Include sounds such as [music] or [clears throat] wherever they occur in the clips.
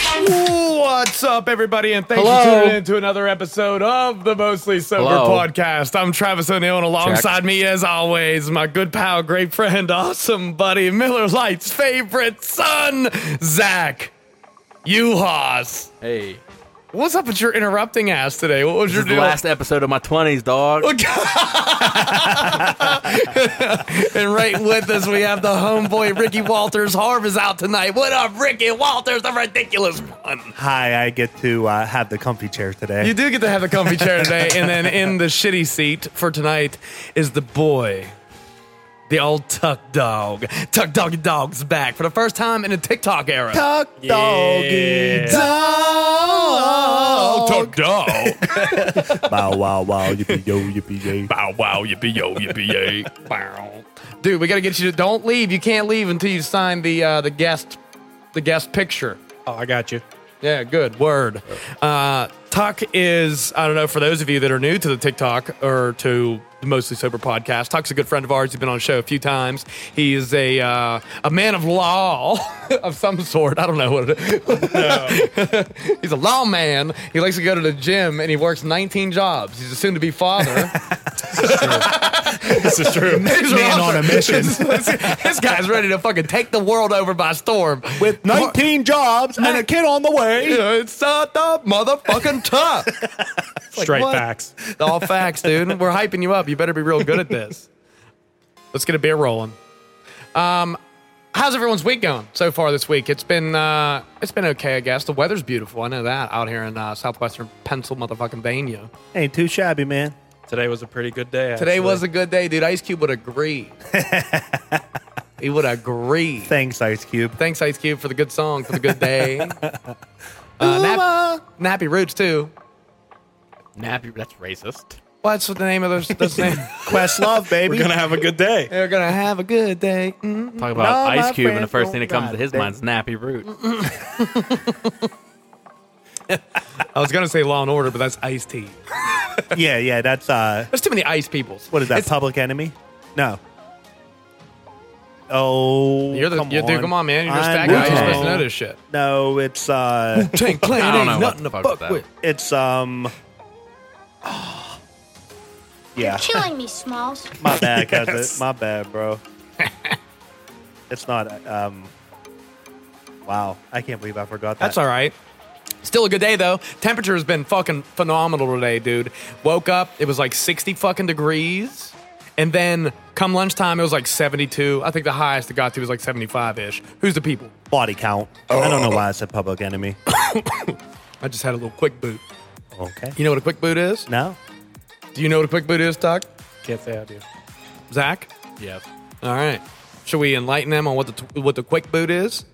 What's up, everybody, and thanks for tuning in to another episode of the Mostly Sober Podcast. I'm Travis O'Neill, and alongside me, as always, my good pal, great friend, [laughs] awesome buddy, Miller Lite's favorite son, Zach Uhas. Hey. What's up with your interrupting ass today? What was your This is the deal? [laughs] last episode of my 20s, dog. and right with us, we have the homeboy Ricky Walters. Harv is out tonight. What up, Ricky Walters, the ridiculous one? Hi, I get to uh, have the comfy chair today. You do get to have the comfy chair today, and then in the shitty seat for tonight is the boy, the old Tuck Dog. Tuck Doggy Dog's back for the first time in the TikTok era. Tuck doggy dog. Oh, Tuck Dog. Bow wow wow yippee yo yippee [laughs] yay. Bow wow, yippee yo, yippee yay. Bow. [laughs] Dude, we gotta get you to don't leave. You can't leave until you sign the uh, the guest the guest picture. Oh, I got you. Yeah, good word. Uh, Tuck is I don't know for those of you that are new to the TikTok or to the Mostly Sober podcast. Tuck's a good friend of ours. He's been on the show a few times. He is a uh, a man of law [laughs] of some sort. I don't know what it is. [laughs] He's a lawman. He likes to go to the gym and he works 19 jobs. He's a soon-to-be [laughs] father. This is true. These are [laughs] Man awesome. on a mission this guy's ready to fucking take the world over by storm. with 19 jobs and a kid on the You way. know, [laughs] it's not the motherfucking tough. [laughs] Straight what? facts. [laughs] All facts, dude. We're hyping you up. You better be real good at this. Let's get a beer rolling. Um, how's everyone's week going so far this week? It's been uh, it's been okay, I guess. The weather's beautiful. I know that out here in uh, southwestern Pennsylvania, motherfucking Bania. Ain't too shabby, man. Today was a pretty good day. Today actually. was a good day, dude. Ice Cube would [laughs] agree. he would agree. Thanks, Ice Cube. Thanks, Ice Cube, for the good song, for the good [laughs] day. uh, Nap- Nappy Roots too. Nappy, that's racist. What's the name of those? [laughs] those name? Quest love, baby. We're gonna have a good day. They're gonna have a good day. Mm. Talk about No, my Ice Cube, and the friends first thing that don't comes to his got mind is Nappy Root. I was gonna say Law and Order, but that's Ice Tea. yeah, yeah. That's uh, There's too many ice peoples. what is that? It's- Public Enemy? No. Oh, You're the come you're, on. dude. Come on, man. You're just I'm that guy. You're supposed to wrong. know this shit. No, it's uh, [laughs] Tank Clan I don't know what the fuck with that. it's um. [sighs] Yeah. Killing me, Smalls. My bad, cousin. My bad, bro. it's not. Um. Wow, I can't believe I forgot that. That's all right. Still a good day though. Temperature has been fucking phenomenal today, dude. Woke up, it was like 60 fucking degrees. And then come lunchtime, it was like 72. I think the highest it got to was like 75 ish. Who's the people? Body count. I don't know why I said public enemy. I just had a little quick boot. Okay. You know what a quick boot is? No. Do you know what a quick boot is, Doc? Can't say I do. Zach? Yep. All right. Should we enlighten them on what the, t- what the quick boot is?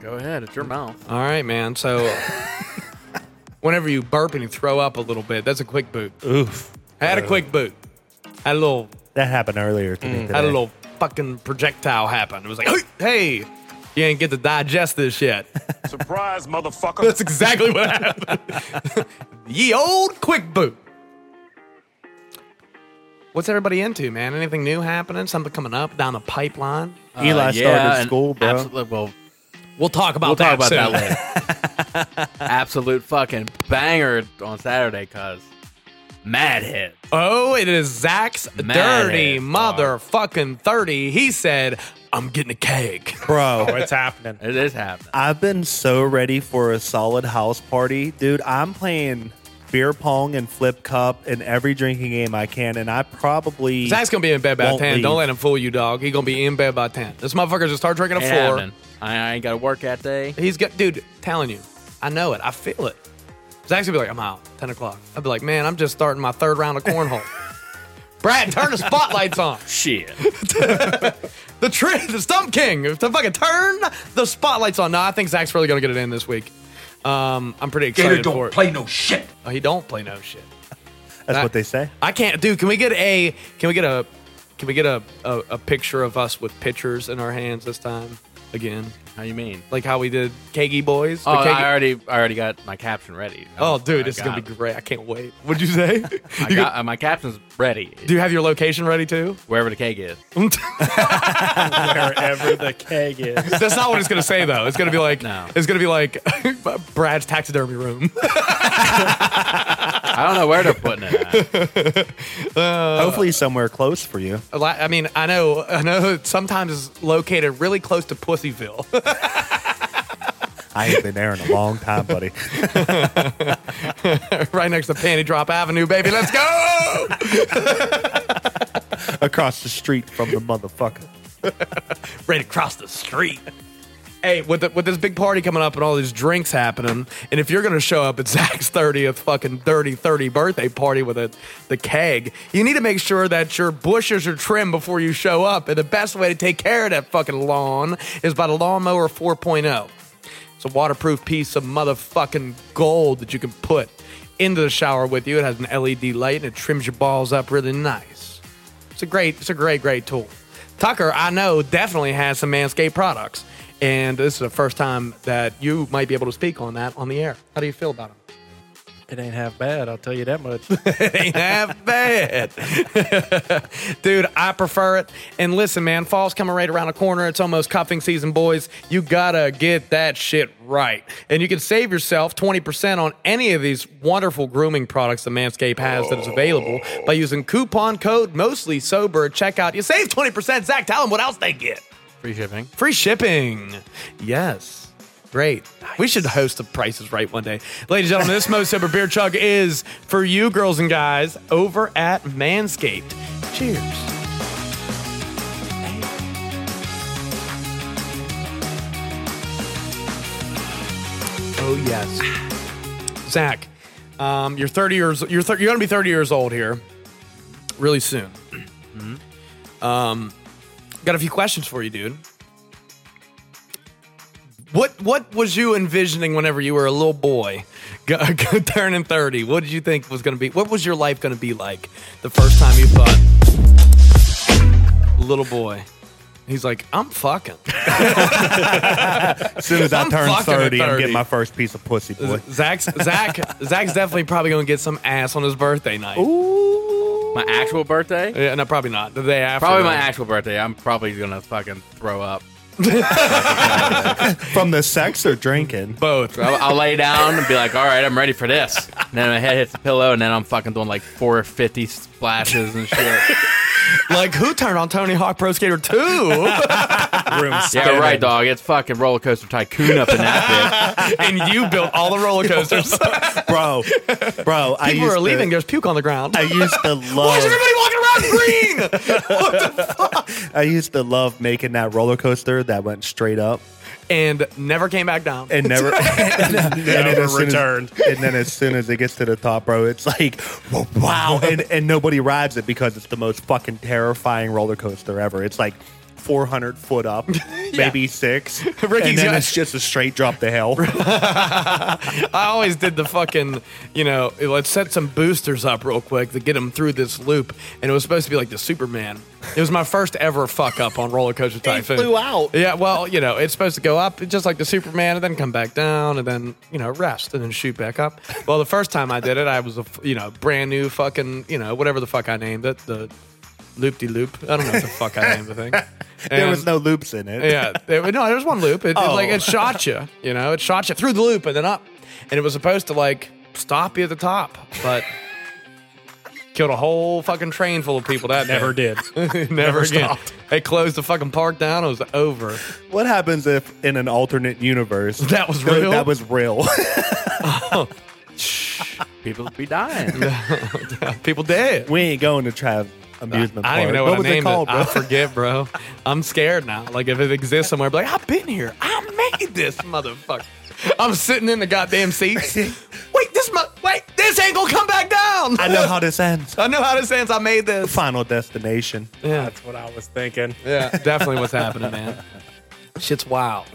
Go ahead, it's your mouth. All right, man. [laughs] So whenever you burp and you throw up a little bit, that's a quick boot. Oof. I had a quick boot. Had a little, That happened earlier to me today. had a little fucking projectile happen. It was like, hey, you ain't get to digest this yet. [laughs] Surprise, motherfucker. That's exactly what happened. [laughs] Ye old quick boot. What's everybody into, man? Anything new happening? Something coming up down the pipeline? Eli Uh, started and school, bro. absolute- well, We'll talk about we'll that talk about soon. that later. absolute fucking banger on Saturday, cuz. Mad hit. Oh, it is Zach's Mad dirty ass dog. motherfucking 30. He said, I'm getting a cake. Bro, It's happening. It is happening. I've been so ready for a solid house party, dude. I'm playing beer pong and flip cup and every drinking game I can, and I probably Zach's gonna be in bed by Won't 10. Don't leave. let him fool you, dog. He gonna be in bed by 10. This motherfucker's gonna start drinking It at 4. happening. I, I ain't got to work that day. He's got, dude, telling you. I know it. I feel it. Zach's gonna be like, I'm out, 10 o'clock. I'd be like, man, I'm just starting my third round of [laughs] cornhole. Brad, turn the spotlights on. Shit. The tree, the Stump King. To fucking turn the spotlights on. No, I think Zach's really gonna get it in this week. Um, I'm pretty excited Gator for don't it. play no shit. Oh, he don't play no shit. That's Uh, what they say. I can't, dude. Can we get a? Can we get a? Can we get a, a, a picture of us with pitchers in our hands this time again, How you mean? like how we did Kagi Boys? The Oh, Kagi- I already, I already got my caption ready. oh, dude, I it's gonna got be it. great. I can't wait. What'd you say? [laughs] you [laughs] I go- got, uh, my caption's ready. do you have your location ready too? [laughs] Wherever the cake is. [laughs] Wherever the keg is. That's not what it's gonna say though. It's [laughs] gonna be like No. it's gonna be like [laughs] Brad's taxidermy room. [laughs] I don't know where they're putting it. At. [laughs] Hopefully, somewhere close for you. A lot- I mean, I know, I know. It sometimes is located really close to Pussyville. [laughs] I ain't been there in a long time, [laughs] buddy. right next to Panty Drop Avenue, baby. Let's go. Across the street from the motherfucker. right across the street. Hey, with the, with this big party coming up and all these drinks happening, and if you're gonna show up at [laughs] Zach's thirtieth fucking dirty thirty birthday party with a the keg, you need to make sure that your bushes are trimmed before you show up. And the best way to take care of that fucking lawn is by the lawnmower 4.0. It's a waterproof piece of motherfucking gold that you can put into the shower with you. It has an LED light and it trims your balls up really nice. It's a great, it's a great, great tool. Tucker, I know, definitely has some Manscaped products, and this is the first time that you might be able to speak on that on the air. How do you feel about them? It ain't half bad, I'll tell you that much. [laughs] ain't half bad. [laughs] Dude, I prefer it. And listen, man, fall's coming right around the corner. It's almost cuffing season, boys. You gotta get that shit right. And you can save yourself 20% on any of these wonderful grooming products that Manscaped has that is available by using coupon code mostly sober at checkout. You save 20%. Zach, tell them what else they get. Free shipping. Free shipping. Yes. Great. We should host the prices right one day. Ladies and gentlemen, this Mo Sober Beer Chug is for you, girls and guys, over at Manscaped. Cheers. Oh, yes. Zach, um, you're 30 years you're, thir- you're going to be 30 years old here really soon. Um, got a few questions for you, dude. What what was you envisioning whenever you were a little boy, [laughs] go, go turning thirty? What did you think was going to be? What was your life going to be like the first time you thought, little boy? He's like, I'm fucking. As soon as I I'm turn fucking at 30, I'm 30. getting my first piece of pussy, boy. Zach's Zach Zach's definitely probably going to get some ass on his birthday night. My actual birthday. Yeah, no, probably not. The day after, Probably my that. actual birthday. I'm probably gonna fucking throw up. From the sex [laughs] or drinking? both. I'll, I'll lay down and be like, "All right, I'm ready for this." And then my head hits the pillow, and then I'm fucking doing like 450 splashes and shit. [laughs] like who turned on Tony Hawk Pro Skater Two? [laughs] yeah, right, dog. It's fucking roller coaster tycoon up in that and you built all the roller coasters. bro, bro. I People used are leaving. To, There's puke on the ground. I [laughs] used to Why is love. everybody walking around green? I used to love making that roller coaster that went straight up and never came back down. and never, [laughs] and then- and then Never as soon as- returned. and then as soon as it gets to the top, bro, it's like [laughs] wow, and and nobody rides it because it's the most fucking terrifying roller coaster ever. It's like. 400 [laughs] foot up, maybe six. Ricky's and then got- it's just a straight drop [laughs] to hell. I always did the fucking, you know, let's set some boosters up real quick to get them through this loop. And it was supposed to be like the Superman. It was my first ever fuck up on Roller Coaster Typhoon. flew out. Yeah, well, you know, it's supposed to go up just like the Superman and then come back down and then, you know, rest and then shoot back up. Well, the first time I did it, I was a, f- you know, brand new fucking, you know, whatever the fuck I named it, the loop de loop. I don't know what the fuck I named the thing. [laughs] there And- was no loops in it. yeah, it, no, there's one loop. It, it, Oh. like it shot you, you know, it shot you through the loop and then up, and it was supposed to like stop you at the top, but [laughs] killed a whole fucking train full of people. That Never day. did. [laughs] never, again. They closed the fucking park down. It was over. What happens if in an alternate [laughs] universe That was th- real? That was real. [laughs] bitch. People be dying. People dead. we ain't going to Trav amusement. I don't even Park. know what, was I named it called, it. bro. I forget, bro. I'm scared now. Like if it exists somewhere, I'd be like, I've been here. I made this motherfucker. I'm sitting in the goddamn [laughs] seats. Wait, this mu- wait, this ain't gonna come back down. I know how this ends. I know how this ends. I made this. Final destination. Yeah, That's what I was thinking. yeah, definitely what's happening, man. Shit's wild.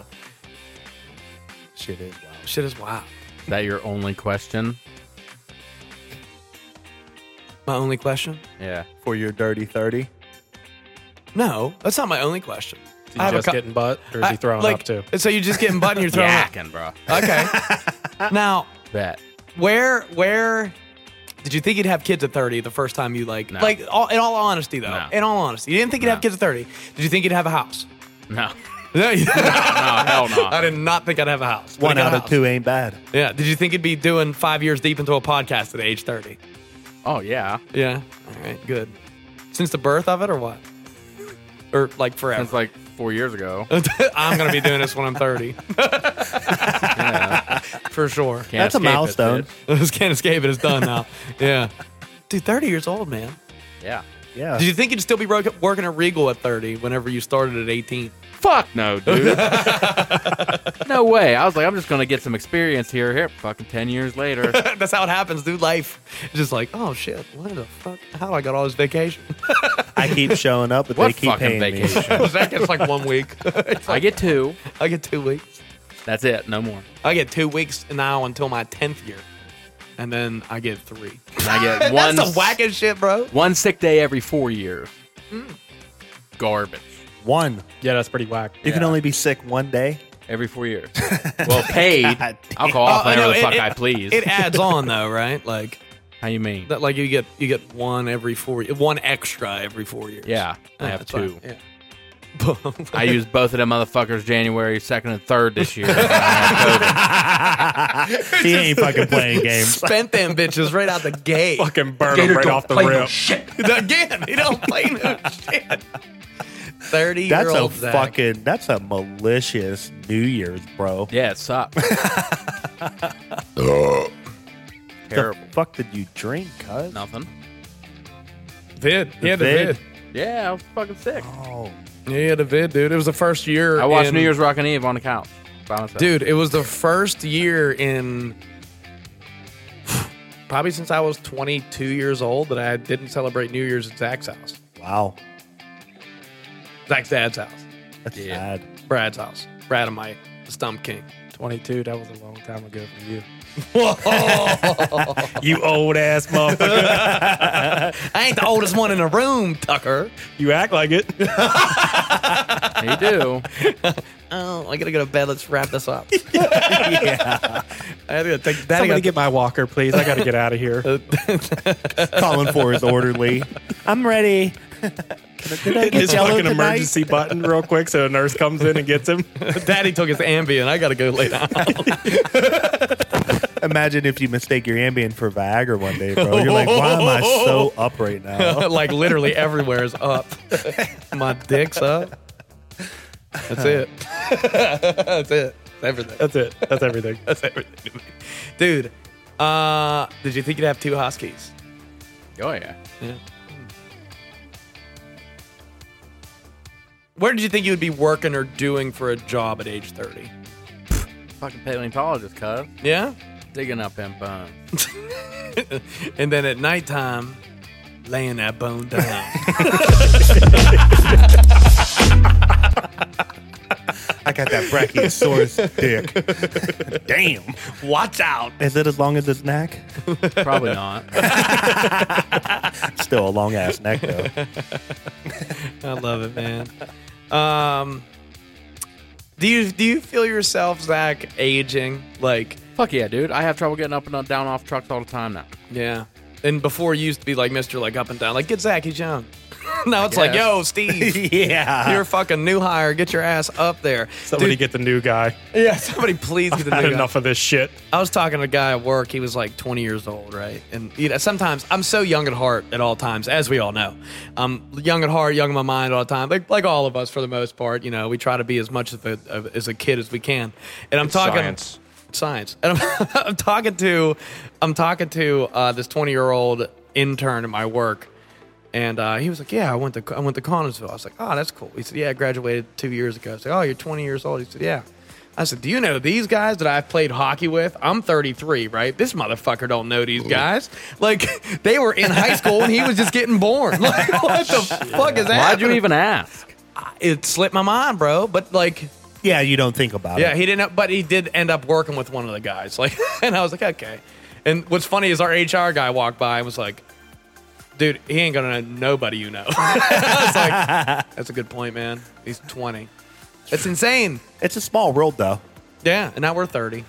Shit is wild. Shit is wild. Is that your only question? My only question? Yeah. for your dirty thirty. No, that's not my only question. Is he just getting butt, or is I- he throwing like, up too? So you're just getting butt and you're throwing up. Yakking, bro. Okay. now, Bet. where where did you think you'd have kids at 30 the first time you like No. like all, in all honesty though No. in all honesty you didn't think you'd have No. kids at 30 did you think you'd have a house No. no, you- No, hell no. [laughs] i did not think i'd have a house but One I got out a of house. two ain't bad. yeah did you think you'd be doing five years deep into a podcast at age 30 Oh, yeah. yeah all right good since the birth of it or what or like It's forever like four years ago. [laughs] i'm gonna be doing this when i'm [laughs] 30 for sure Can't That's a escape it, milestone. [laughs] dude. this can't escape it it's done [laughs] now yeah dude 30 years old man yeah. Yeah. Did you think you'd still be ro- working at Regal at 30 whenever you started at 18? Fuck no, [laughs] dude. no way. I was like, I'm just gonna get some experience here. Here, fucking ten years [laughs] later. That's how it happens, dude. Life It's just like, oh shit, what the fuck? How do I got all this vacation? [laughs] I keep showing up, but they what keep fucking paying me. vacation? [laughs] Zach gets like one week. [laughs] [laughs] I get two. I get two weeks. That's it. No more. I get two weeks now until my 10th year. And then I get three. And I get one. [laughs] That's the wackest shit, bro. One sick day every four years. Mm. Garbage. One. Yeah, that's pretty whack. You can Yeah. only be sick [laughs] one day. Every [laughs] four years. well, paid. I'll go off Oh, I whenever know, the it- fuck it- I please. It adds on though, right? Like How you mean? that like you get you get one every four one extra every four years. [laughs] yeah, I have that's fine. two. Yeah. [laughs] I used both of them motherfuckers January second and third [laughs] this year. when I had COVID. He ain't [laughs] fucking playing games. spent them bitches right [laughs] out the gate. Fucking burn him right off the rip. [laughs] Again, they don't play no shit. Thirty That's year a old Zach. fucking. That's a malicious New Year's, bro. Yeah, it sucked. Terrible. The fuck did you drink, cuz? Nothing. vid. He had vid. a vid. Yeah, I was fucking sick. Oh, Yeah, he had a vid, dude. It was the first year. I watched in- New Year's Rockin' Eve on the couch by myself. Dude, it was the first year in probably since I was 22 years old that I didn't celebrate New Year's at Zach's house, wow. Zach's dad's house, That's Yeah. sad. Brad's house, Brad and my stump king. 22, that was a long time ago for you. you old ass motherfucker. I ain't the oldest one in the room, Tucker. you act like it. [laughs] you do. Oh, I gotta go to bed. Let's wrap [laughs] this up. I gotta take that. Somebody get my walker, please. I got to get out of here. [laughs] Calling for his orderly. I'm [laughs] ready. Did I It's get like yellow an tonight? emergency button real quick so a nurse comes in and gets him. Daddy took his Ambien. I gotta go lay down. Imagine if you mistake your Ambien for Viagra one day, bro. You're like, why am [laughs] I so up right [laughs] now? like literally everywhere is up. My dick's up. That's it. That's it. That's everything. That's it. That's everything. [laughs] That's everything. to me. Dude, uh, did you think you'd have two huskies? Oh yeah. Where did you think you would be working or doing for a job at age thirty? Fucking paleontologist, cuz. Yeah. Digging up them bones. and then at nighttime, laying that bone down. I got that brachiosaurus [laughs] dick. Damn. Watch out. Is it as long as his neck? [laughs] Probably not. Still a long ass [laughs] neck though. [laughs] I love it, man. Um, do you do you feel yourself, Zach, aging? Like, Fuck yeah, dude. I have trouble getting up and down off trucks all the time now. yeah. And before you used to be like Mister, like up and down, like get Zach, he's young. [laughs] now it's like, guess. yo, Steve, [laughs] yeah. you're a fucking new hire. Get your ass up there. Somebody Dude, get the new guy. yeah, somebody please get [laughs] the Had new guy. enough of this shit. I was talking to a guy at work. He was like 20 years old, right? And you know, sometimes I'm so young at heart at all times, as we all know. I'm young at heart, young in my mind all the time, like like all of us for the most part. You know, we try to be as much of a, of, as a kid as we can. And I'm talking science. science. And I'm, [laughs] I'm talking to I'm talking to uh, this 20 year old intern at my work, and uh, he was like, "Yeah, I went to I went to Connorsville." I was like, "Oh, that's cool." He said, "Yeah, I graduated two years ago." I was like, "Oh, you're 20 years old." He said, "Yeah." I said, "Do you know these guys that I've played hockey with? I'm 33, right? This motherfucker don't know these guys. Like [laughs] they were in high school and he was just getting born. [laughs] Like what the fuck is that? Why'd you even ask? It slipped my mind, bro. But like, Yeah, you don't think about Yeah, it. he didn't, have- but he did end up working with one of the guys. [laughs] Like, and I was like, okay. And what's funny is our HR guy walked by and was like, dude, he ain't gonna know nobody you know. [laughs] I was like, that's a good point, man. He's 20. That's insane. It's a small world, though. Yeah, and now we're 30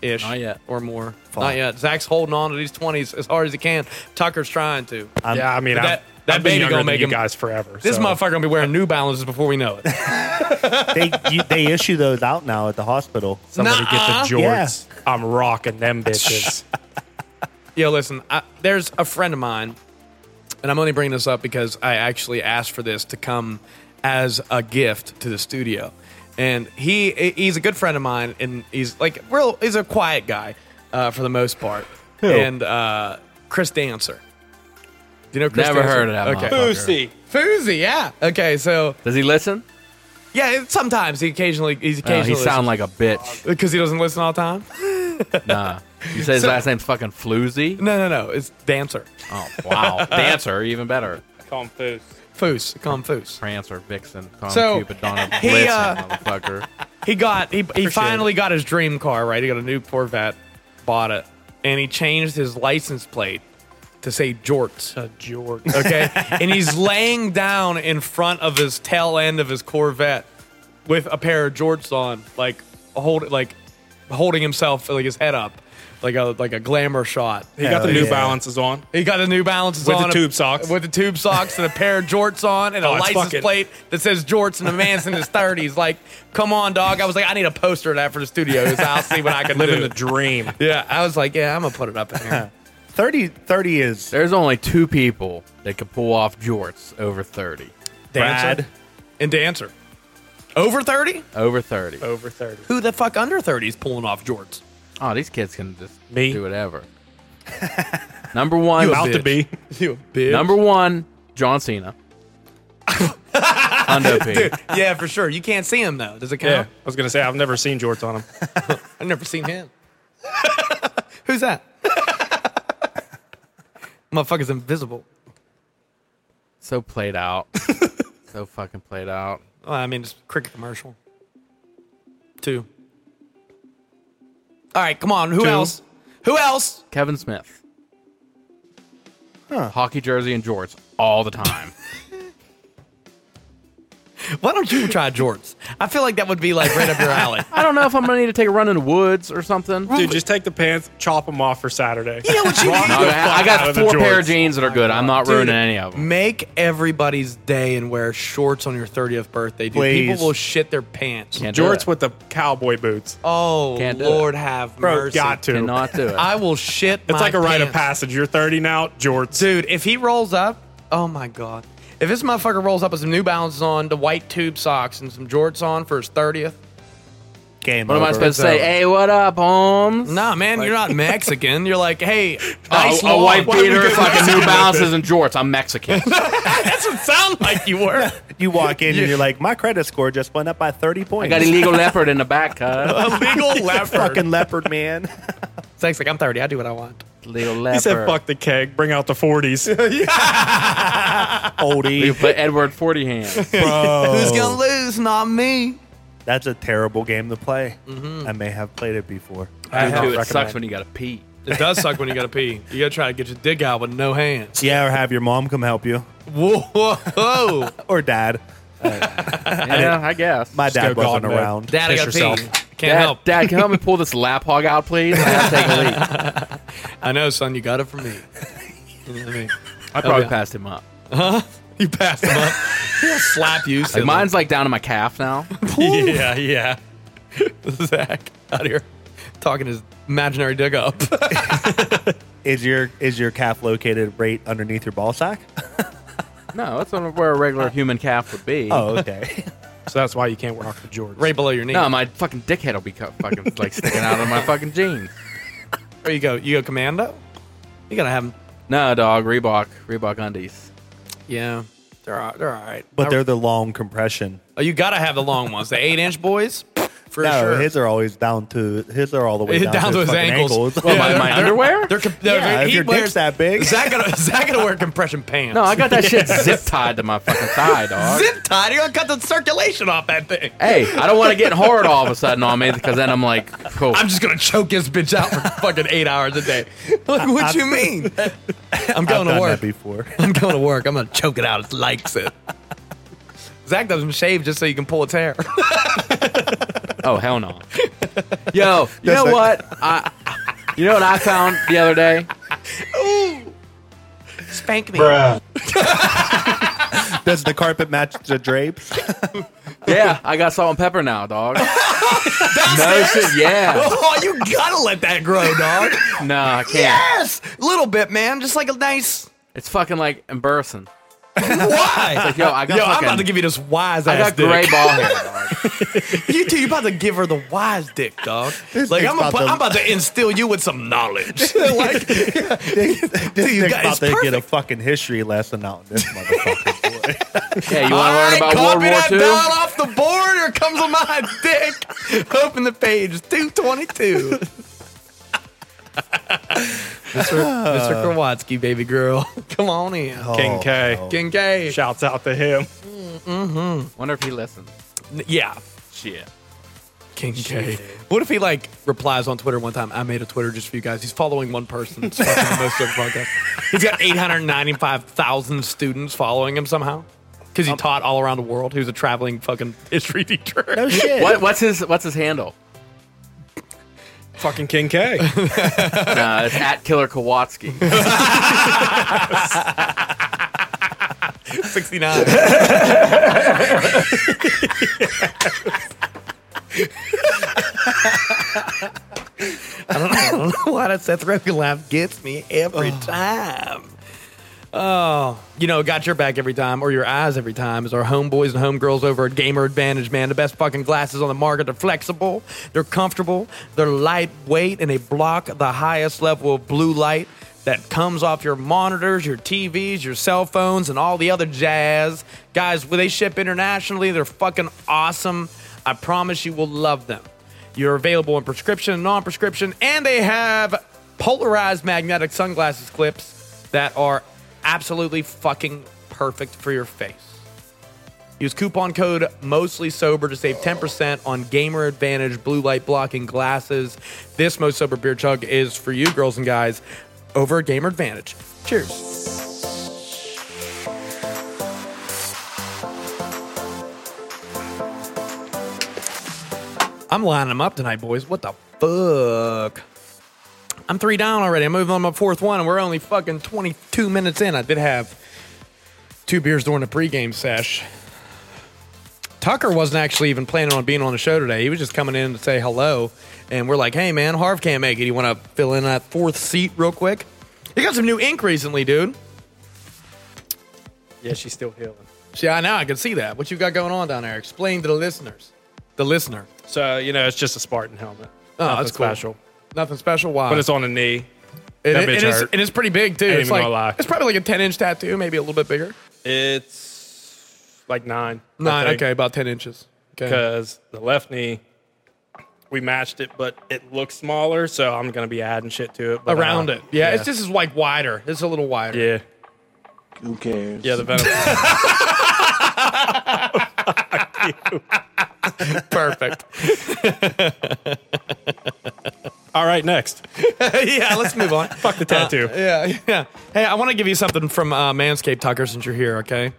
ish. Not yet. Or more. Fuck. Not yet. Zach's holding on to these 20s as hard as he can. Tucker's trying to. yeah, I mean, But I've, that- that I've been baby younger gonna than make you him- guys forever. This so. motherfucker gonna be wearing new balances before we know it. They you, they issue those out now at the hospital. Somebody get the Nuh-uh. jorts. I'm rocking them bitches. Yo, listen, I, there's a friend of mine, and I'm only bringing this up because I actually asked for this to come as a gift to the studio. And he he's a good friend of mine, and he's like real. He's a quiet guy uh, for the most part. And uh, Chris Dancer. Do you know Chris Never Dancer? heard of that Okay. motherfucker. Fousey. Fousey, yeah. Okay, so Does he listen? yeah, it- sometimes he occasionally he's No, occasionally he sound like a [laughs] bitch. because he doesn't listen all the time. Nah. You say his last name's fucking [laughs] Floozy? No, no, no. It's Dancer. Oh, wow. Dancer, even better. Call him foos. Foos. Call him Foos. Prancer, Vixen, Tom So, Cupid, Donna he, Blitzen, uh, motherfucker. He got he, he finally got his dream car right. He got a new Corvette, bought it, and he changed his license plate to say Jorts. A jort. Okay, and he's laying down in front of his tail end of his Corvette with a pair of Jorts on, like hold like holding himself like his head up, like a like a glamour shot. He got the Hell New yeah. Balances on. He got the New Balances With the on tube socks. with the tube socks and a pair of jorts on and a Oh, it's license fucking- plate that says jorts and a man's in his thirties. Like, come on, dog. I was like, I need a poster of that for the studio. So I'll see what I can Living do. the dream. yeah, I was like, yeah, I'm gonna put [laughs] it up in here. 30, 30 is There's only two people that could pull off jorts over 30. Dancer Brad. and dancer. Over thirty? Over 30. Over 30. Who the fuck under thirty is pulling off jorts? Oh, these kids can just Me. do [laughs] whatever. Number one, About to be. [laughs] You bitch. number one, John [laughs] Cena. Hundo P. Dude, yeah, for sure. You can't see him though. Does it Yeah. count? I was going to say, I've never seen jorts on him. [laughs] I've never seen him. [laughs] Who's that? [laughs] Motherfucker's invisible. So [laughs] played out. so fucking played out. Well, I mean, it's a cricket commercial. Two. All right, come on. Who else? Who else? Kevin Smith. Hockey jersey and jorts all the time. Why don't you try Jorts? I feel like that would be like right up [laughs] your alley. I don't know if I'm gonna need to take a run in the woods or something. Dude, just take the pants, chop them off for Saturday. You know what you Rock need? No, the I- I fuck out got of the four pair of jorts. jeans that are good. I'm not Dude, ruining any of them. Make everybody's day and wear shorts on your 30th birthday. Dude, Please. people will shit their pants. Can't do Jorts it. with the cowboy boots. Oh, Can't do Lord it. have Bro, mercy. got to. cannot do it. I will shit It's like a rite of passage. passage. You're 30 now, jorts. Dude, if he rolls up, oh my god. If this motherfucker rolls up with some New Balances on, the white tube socks, and some jorts on for his 30th, game. what am I over. supposed to So- say? Hey, what up, Holmes? nah, man, you're not Mexican. You're like, hey, uh, Oh, nice a, a lawn. white Why would beater, [laughs] you- fucking New Balances, and jorts. I'm Mexican. That's what it sound like you were. [laughs] You walk in and you're like, my credit score just went up by thirty I points. [laughs] got illegal leopard in the [laughs] back, huh? Illegal leopard. fucking leopard man. Zach's like, I'm 30. I do what I want. Illegal he leopard. said, fuck the keg, bring out the [laughs] 40s. You Oldie, play Edward Forty Hands. bro. Who's gonna lose? Not me. That's a terrible game to play. I may have played it before. [laughs] I Dude, don't it sucks recommend. when you gotta pee. It does suck when you gotta pee. You gotta try to get your dick out with no hands. Yeah, or have your mom come help you, Whoa, whoa. or dad. Yeah, I guess. My dad go wasn't God mode. around. Dad, I Piss gotta yourself. pee. Can't Dad, help. Dad, can you help me pull this lap hog out, please? I gotta take a leak. I know, son. You got it from me. You know what I mean? I probably yeah. passed him up. You passed him up. He'll slap you. Like silly. mine's like down to my calf now. yeah, yeah. [laughs] Zach out here talking his imaginary dig up. [laughs] Is your is your calf located right underneath your [laughs] ball sack? No, that's not where a regular human calf would be. Oh, okay. So that's why you can't rock the jorts. right below your knee. No, my fucking dickhead will be cut, fucking like sticking out of my fucking jeans. There you go. You go commando? You gotta have them. No, dog, Reebok, Reebok undies. Yeah. They're all, they're all right. but they're the long compression. Oh, you gotta have the long ones. The eight inch [laughs] boys, for No, sure. his are always down to his are all the way down, to his, fucking ankles. Well, my, [laughs] Yeah, my they're- underwear? They're, com- they're, Yeah, if he your dick's wears- that big. Zach gonna, Zach gonna wear compression pants. No, I got that shit zip tied to my fucking tie, dog. zip tied. You're gonna cut the circulation off that thing. Hey, I don't want to get hard all of a sudden on me because then I'm like, oh, cool. I'm just gonna choke this bitch out for fucking eight hours a day. Like, what you mean? I'm I've going done to that work. before. [laughs] I'm going to work. I'm gonna choke it out. It likes it. Zach doesn't shave just so you can pull its hair. oh hell no. Yo, you That's know like- what? I, you know what I found the other day? Spank me. Does the carpet match the drapes? Yeah, I got salt and pepper now, dog. no shit. Yeah. [laughs] Oh, you gotta let that grow, dog. No, I can't. yes, little bit, man. Just like a nice. It's fucking like embarrassing. Why? [laughs] Yo, I got Yo, I'm fucking. about to give you this wise I ass got dick. gray ball hair, dog. You too. You about to give her the wise dick, dog. like dick's I'm, about about put, to- I'm about to instill you with some knowledge. [laughs] like this you dick's got- about it's to get a perfect. fucking history lesson out in this motherfucker. boy. Yeah, you want to learn about copy World War that II? down off the board. Here comes my [laughs] dick. Open the page, two twenty [laughs] two. Mr. Mr. Krawatsky, baby girl, [laughs] come on in. [laughs] Oh, King K. King K. Shouts out to him. Wonder if he listens. Yeah, Shit. King K. What if he like replies on Twitter one time? I made a Twitter just for you guys. He's following one person. It's fucking the most stupid podcast. He's got eight hundred ninety five thousand students following him somehow because he taught all around the world. He was a traveling fucking history teacher. [laughs] No shit. What, what's his What's his handle? Fucking King [laughs] K. Nah, it's at Killer Kowatsky. Sixty nine. I don't, know, I [laughs] don't know why that Seth Rogen laugh gets me every time. Oh, you know, got your back every time, or your eyes every time, is our homeboys and homegirls over at Gamer Advantage, man. The best fucking glasses on the market. They're flexible, they're comfortable, they're lightweight, and they block the highest level of blue light that comes off your monitors, your TVs, your cell phones, and all the other jazz. Guys, when they ship internationally, they're fucking awesome. I promise you will love them. You're available in prescription and non prescription, and they have polarized magnetic sunglasses clips that are absolutely fucking perfect for your face. Use coupon code mostly sober to save 10% on gamer advantage blue light blocking glasses. This most sober beer chug is for you girls and guys over at gamer advantage. Cheers. I'm lining them up tonight, boys. What the fuck? I'm three down already. I'm moving on my fourth one, and we're only fucking 22 minutes in. I did have two beers during the pregame sesh. Tucker wasn't actually even planning on being on the show today. He was just coming in to say hello, and we're like, "Hey, man, Harv can't make it. You want to fill in that fourth seat real quick?" He got some new ink recently, dude. yeah, she's still healing. See, I know I can see that. What you got going on down there? Explain to the listeners. The listener. So, you know, it's just a Spartan helmet. Oh, Nothing that's cool. Uh, special. Nothing special. Why? But it's on a knee. It- that it- bitch it is- hurt. it is pretty big too. Ain't It's even like gonna lie. it's probably like a ten inch tattoo, maybe a little bit bigger. It's like nine. I Nine. think. Okay, about ten inches. Okay. because the left knee we matched it, but it looks smaller, so I'm gonna be adding shit to it. But, Around uh, it. Yeah, it's just is like wider. It's a little wider. yeah, Who cares? yeah. The [laughs] venom. [laughs] Perfect. [laughs] All right, next yeah, let's move on. Fuck the tattoo. Uh, Yeah, [laughs] yeah. Hey, I want to give you something from uh, Manscaped Tucker since you're here, okay?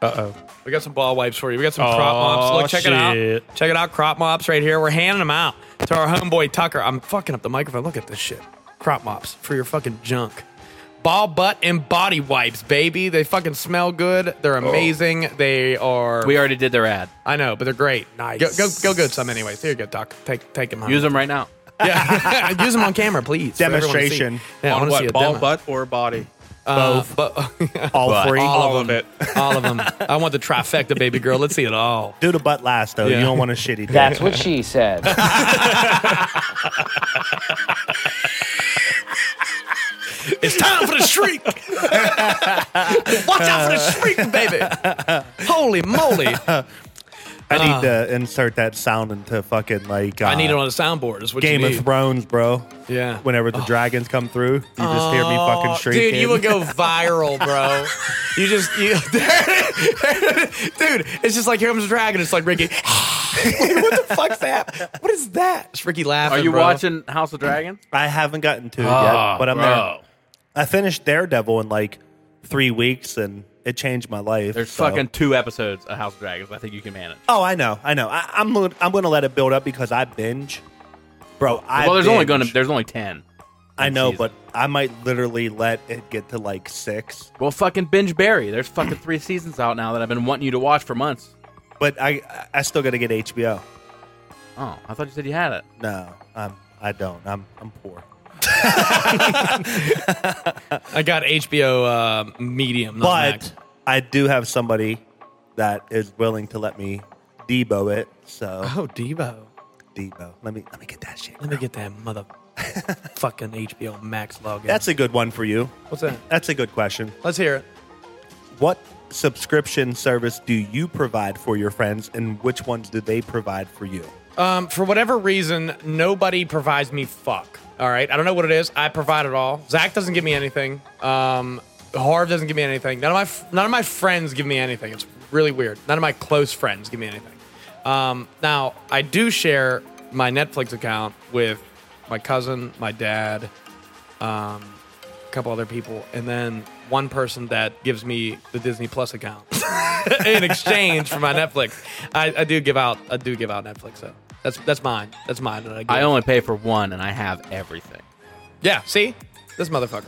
Uh oh. We got some ball wipes for you. We got some Aw, crop mops. Look, check it shit. out. Check it out. Crop mops right here. We're handing them out to our homeboy Tucker. I'm fucking up the microphone. Look at this shit. Crop mops for your fucking junk. Ball butt and body wipes, baby. They fucking smell good. They're Oh. amazing. They are. We already did their ad. I know, but they're great. Nice. Go, go, go good some anyways. Here you go, Tuck. Take, take them home. Use them right now. [laughs] Yeah. [laughs] Use them on camera, please. for everyone to see. Demonstration. Yeah, I On want to see a what? Ball demo. butt or body? Uh, but- [laughs] All free. All of it. all of them. I want the trifecta, baby girl. Let's see it all. Do the butt last though. Yeah. You don't want [laughs] a shitty. Dick. That's what she said. [laughs] It's time for the [laughs] shriek. Watch out for the shriek, baby. Holy moly. [laughs] I need to insert that sound into fucking like uh, Ah. I need it on a soundboard. Is what Game you of need. Thrones, bro. Yeah. Oh. Whenever the dragons come through, you just hear me fucking shrieking. Dude, you would go viral, bro. you just, you, [laughs] dude, it's just like here comes a dragon. It's like Ricky. [laughs] what the fuck's that? What is that? It's Ricky laughing. Are you bro. watching House of Dragons? I haven't gotten to it Oh, Ah, yet, but I'm bro. there. I finished Daredevil in like three weeks, and it changed my life. There's so- fucking two episodes of House of Dragons. I think you can manage. Oh, I know, I know. I, I'm gonna- I'm gonna let it build up because I binge, bro. I well, there's only binge. going to there's only ten. I know, season. but I might literally let it get to like six. Well, fucking binge Barry. There's fucking three seasons out now that I've been wanting you to watch for months. But I I still gotta get HBO. Oh, I thought you said you had it. No, I'm I don't. I'm I'm poor. I got HBO uh, Medium. Not but Max. I do have somebody that is willing to let me Debo it. So oh, Devo, Debo, let me let me get that shit. let me get that mother fucking HBO Max login. That's a good one for you. what's that? That's a good question. Let's hear it. What subscription service do you provide for your friends, and which ones do they provide for you? Um, for whatever reason, nobody provides me fuck. All right, I don't know what it is. I provide it all. Zach doesn't give me anything. Um, Harv doesn't give me anything. None of my f- none of my friends give me anything. It's really weird. None of my close friends give me anything. Um, now I do share my Netflix account with my cousin, my dad, um, a couple other people, and then one person that gives me the Disney Plus account [laughs] in exchange for my Netflix. I, I do give out I do give out Netflix though. That's that's mine. That's mine. That I, give. I only pay for one, and I have everything. yeah. See this motherfucker.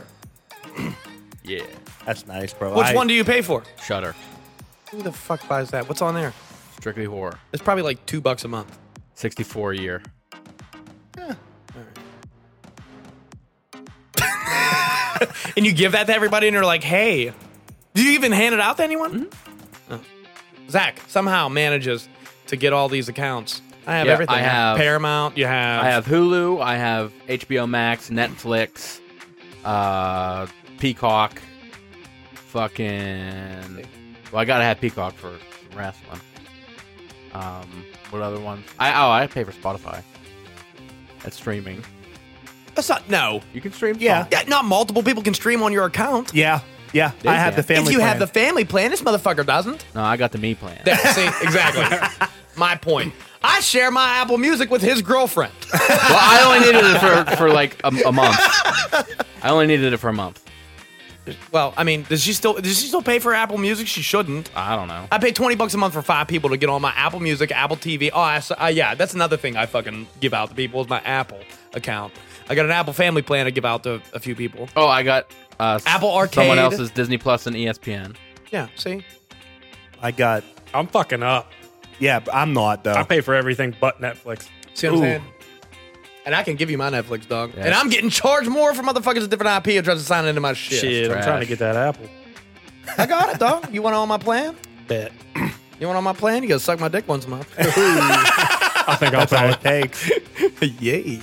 Yeah, That's nice, bro. Which I- one do you pay for? Shutter, Who the fuck buys that? What's on there? strictly horror, It's probably like two bucks a month. sixty-four a year. And you give that to everybody, and you're like, hey, do you even hand it out to anyone? Oh. Zach somehow manages to get all these accounts. I have Yeah, everything. I have- Paramount. You have. I have Hulu, I have HBO Max, Netflix, uh, Peacock, fucking. Well, I gotta have Peacock for wrestling. Um, what other ones? I oh, I pay for Spotify. That's streaming. That's not no. You can stream. Yeah. songs. Oh, Yeah, not multiple people can stream on your account. Yeah, yeah. They I have can. the family. if you have plan. the family plan, this motherfucker doesn't. No, I got the me plan. [laughs] There, see, exactly. My point. I share my Apple Music with his girlfriend. well, I only needed it for, for like a, a month. I only needed it for a month. Well, I mean, does she still does she still pay for Apple Music? She shouldn't. I don't know. I pay twenty bucks a month for five people to get on my Apple Music, Apple TV. Oh, I, s- uh, yeah, that's another thing I fucking give out to people is my Apple account. I got an Apple Family plan to give out to a few people. Oh, I got uh, s- Apple Arcade. Someone else's Disney Plus and E ESPN. Yeah, see, I got. I'm fucking up. Yeah, I'm not though. I Oh. pay for everything but Netflix. see what I'm Ooh. saying. And I can give you my Netflix, dog. Yeah. And I'm getting charged more for motherfuckers with different IP addresses signing into my shit. Shit, I'm trash. trying to get that Apple. I got it, dog. You want on my plan? Bet. [clears throat] You want on my plan? You gotta suck my dick once a month. [laughs] I [laughs] think I'll That's all pay. it [laughs] takes. Yay.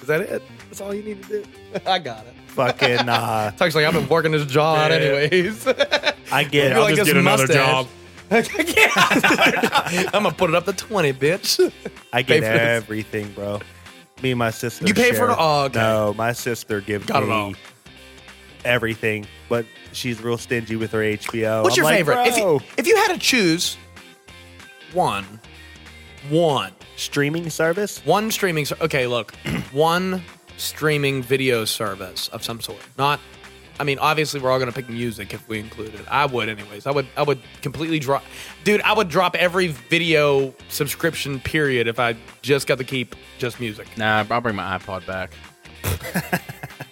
Is that it? [laughs] That's all you need to do. I got it. fucking. Uh, Tuck's like, I've been working this jaw out Yeah. anyways. [laughs] I get. You're I'll like just this get another mustache. [laughs] job. yeah, I'm gonna put it up to 20, bitch. I pay get for this. everything, bro. Me and my sister. You pay for share- it? Oh, okay. No, my sister gives Got it me all. everything, but she's real stingy with her HBO. What's I'm your like, favorite? If "Bro, you, if you had to choose one, one, streaming service? one streaming, ser- okay, look, [clears throat] one streaming video service of some sort. Not, I mean, obviously we're all gonna pick music if we include it. I would, anyways. I would, I would completely drop, dude. I would drop every video subscription period if I just got to keep just music. Nah, I'll bring my iPod back.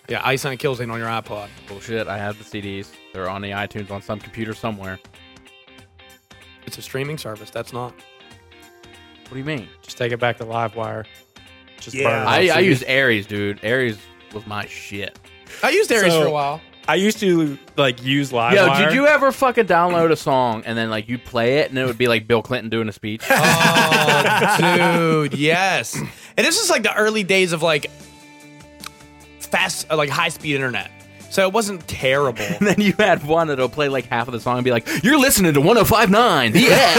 Yeah, Ice on Kills ain't on your iPod. Bullshit. I have the CDs. They're on the iTunes on some computer somewhere. It's a streaming service. That's not. What do you mean? Just take it back to LiveWire. Just Yeah. burn it. I, I See? used Aries, dude. Aries was my shit. I used Aries So- for a while. I used to like use LiveWire. Yo, did you ever fucking download a song and then like you play it and it would be like Bill Clinton doing a [laughs] speech? Oh, [laughs] dude, yes. And this is like the early days of like fast, uh, like high speed internet. So it wasn't [laughs] terrible. then you had one that'll play like half of the song and be like, "You're listening to 105.9." Yeah.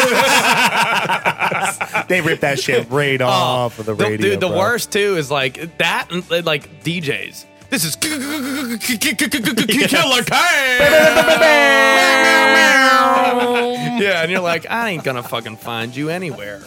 They ripped [laughs] that shit right off of the Oh, The- radio. dude, the bro. worst too is like that and uh, like DJs. This is Killer Kane. Yeah, and you're like, I ain't gonna fucking find you [laughs] anywhere.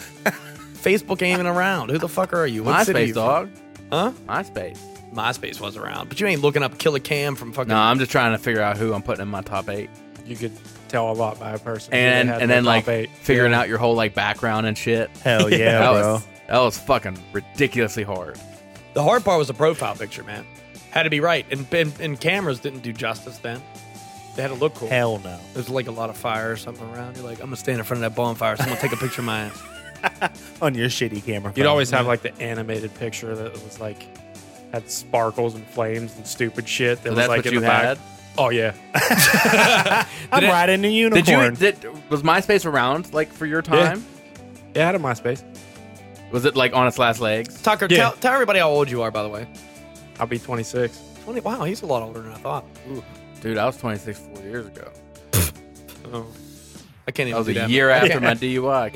Facebook ain't even around. Who the fuck are you? What city you [laughs] MySpace, from? dog. Huh? MySpace. MySpace was around, but you ain't looking up Killer Cam from fucking. No, I'm just trying to figure out who I'm putting in my top eight, You could tell a lot by a person. and They had and the then like top eight. figuring out your whole like background and shit. [laughs] Hell that yeah, bro. was that was fucking ridiculously hard. The hard part was the profile picture, man. Had to be right, and and, and cameras didn't do justice then. They had to look cool. Hell no. There's like a lot of fire or something around. You're like, I'm gonna stand in front of that bonfire. Someone take a picture of my ass. On your shitty camera. You'd phone. always have like the animated picture that was like had sparkles and flames and stupid shit. That So was that's like what in you the back. had. Oh yeah, I'm did it- riding a Did [laughs] unicorn. you? Did, was MySpace around like for your time? it had a MySpace. Was it like on its last [laughs] legs? Tucker, Yeah. tell, tell everybody how old you are, by the way. I'll be 26. 20, wow, he's a lot older than I thought. Dude, I was 26 four years ago. Oh. I can't That even was do a that. year I after can't- my DUI.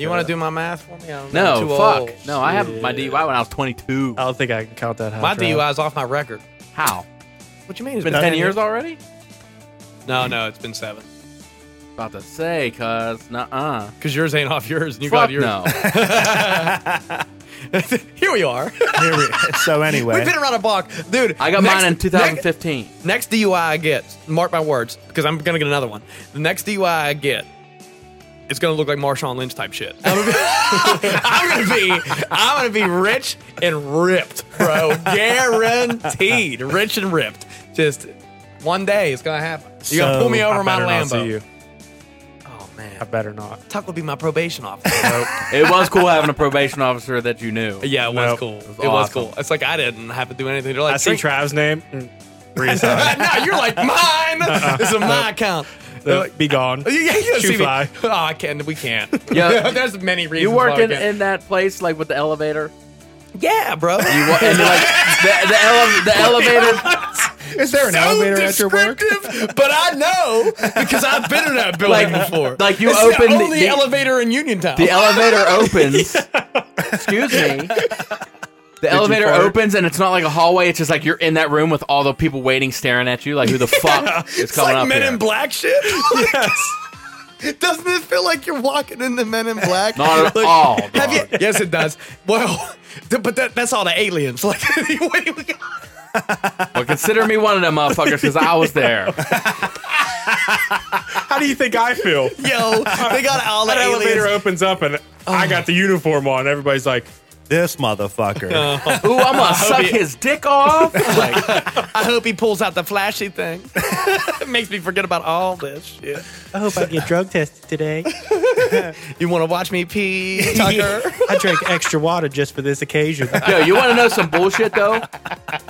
[laughs] You want to do my math for me? I don't know. I'm No, too fuck. old. Oh. No, I have my Shit. DUI when I was 22. I don't think I can count that. High My drive. DUI is off my record. How? What you mean? It's It's been 10 years already? No, no, it's been seven. About to say, cuz, nuh uh. Because yours ain't off yours, and you got Fuck yours. no. [laughs] Here we are. [laughs] Here we- [laughs] so anyway, We've been around a block, dude. I got next- mine in next- 2015. Next DUI I get, mark my words, because I'm gonna get another one. The next DUI I get, it's gonna look like Marshawn Lynch type shit. I'm gonna be, [laughs] I'm gonna be, I'm gonna be rich and ripped, bro, guaranteed, rich and ripped. Just one day it's gonna happen. You gotta So, pull me I over my better not see Lambo. you. Oh I man, better not. Tuck will be my probation [laughs] officer. It was cool having a probation officer that you knew. yeah, it was Nope. cool. It was, was awesome. cool. It's like I didn't have to do anything. They're like, I see "Drink- Trav's [laughs] name. Mm. Breeze out. [laughs] no, you're like mine. Uh-uh. This is my account. They're So, like, Be gone. Yeah, [laughs] yeah, you don't Shoe see me. fly. [laughs] Oh, I can't. We [laughs] can't. Yeah. there's many reasons. You why work we in, can't. in that place, like with the elevator? yeah, bro. You wa- and like the, the, ele- the elevator, is there an elevator at your work? Oh, descriptive, [laughs] but I know because I've been in [laughs] that building Like- before. like you it's open the only the- elevator in Uniontown. the elevator opens. Excuse me. The elevator fart? opens and it's not like a hallway. It's just like you're in that room with all the people waiting, staring at you. Like who the fuck is it's coming like up Men here? in Black shit. yes. Doesn't it feel like you're walking in the Men in Black? Not at Like, all. Dog. Have you? [laughs] Yes, it does. Well, [laughs] th- but that, that's all the aliens. [laughs] Like, what do you- Well, consider me one of them motherfuckers because I was there. How do you think I [laughs] feel? yo, they got all the That aliens. elevator opens up and I got the Oh. uniform on. Everybody's like, [laughs] This motherfucker. Ooh, I'm gonna suck his dick off. Like, I hope he pulls out the flashy thing. it makes me forget about all this shit. I hope I get drug tested today. You want to watch me pee, Tucker? I drank extra water just for this [laughs] occasion. yo, you want to know some bullshit though?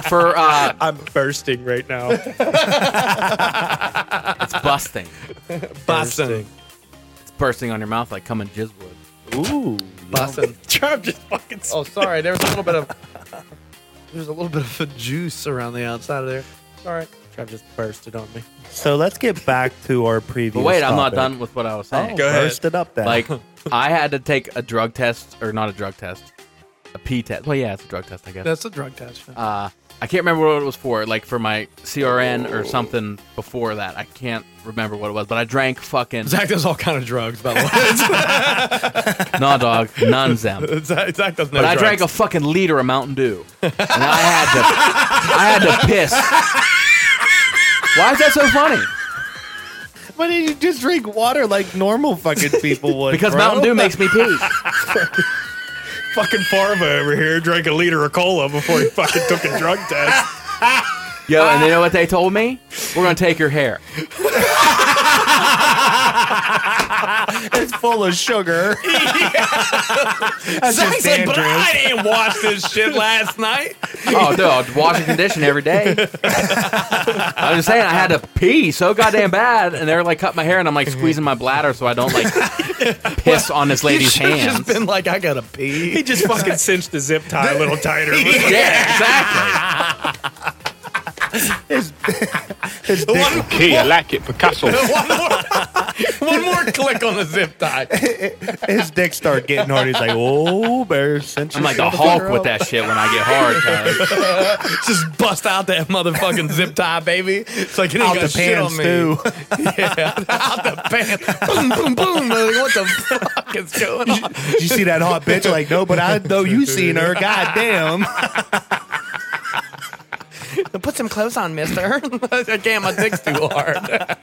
For uh, [laughs] I'm bursting right [laughs] now. it's busting. Boston. It's bursting on your mouth like coming jizz would. Ooh. Boston. [laughs] Trav just fucking. Oh, sorry. There was a little bit of [laughs] there's a little bit of a juice around the outside of there. Sorry. Trav just bursted on me. So let's get back to our previous. But wait, I'm not topic. done with what I was saying. Oh, Go ahead. Burst it up then. [laughs] [laughs] Like, I had to take a drug test, or not a drug test, a pee test. Well, yeah, it's a drug test, I guess. That's a drug test. Uh, I can't remember what it was for, like for my CRN or something before that. I can't remember what it was, but I drank fucking Zach does all kind of drugs, [laughs] by the nah dog, nuns them. way. Zach, Zach does no But I drugs. drank a fucking liter of Mountain Dew, and I had to, I had to piss. Why is that so funny? why did you just drink water like normal fucking people would? Because bro? Mountain Dew makes me pee. Fucking Farva over here drank a liter of cola before he fucking took a drug test. Yo, and you know what they told me? We're gonna take your hair. it's full of sugar. That's Zach's just like, but Andrew. I didn't watch this shit last night. [laughs] Oh, dude, I'll wash and condition every day. I was just saying, I had to pee so goddamn bad, and they're like, cut my hair, and I'm like squeezing my bladder so I don't like [laughs] piss on this You lady's should've hands. just been like, I gotta He pee. just fucking cinched the zip tie a little tighter. Yeah, exactly. [laughs] His dick, Okay, I like it, Picasso. one more, one more click on the zip tie. [laughs] his dick started getting hard. He's like, oh, better cinch I'm like the yourself Hulk up." with that shit when I get hard. cuz. Just bust out that motherfucking zip tie, baby. It's like it ain't Out got the shit pants, on me. too. [laughs] Yeah, out the pants. boom, boom, boom. Like, what the fuck is going on? Did you see that hot bitch? Like, no, but I know you seen her. God damn. [laughs] Put some clothes on, [laughs] mister. Again, my dick's too hard. [laughs]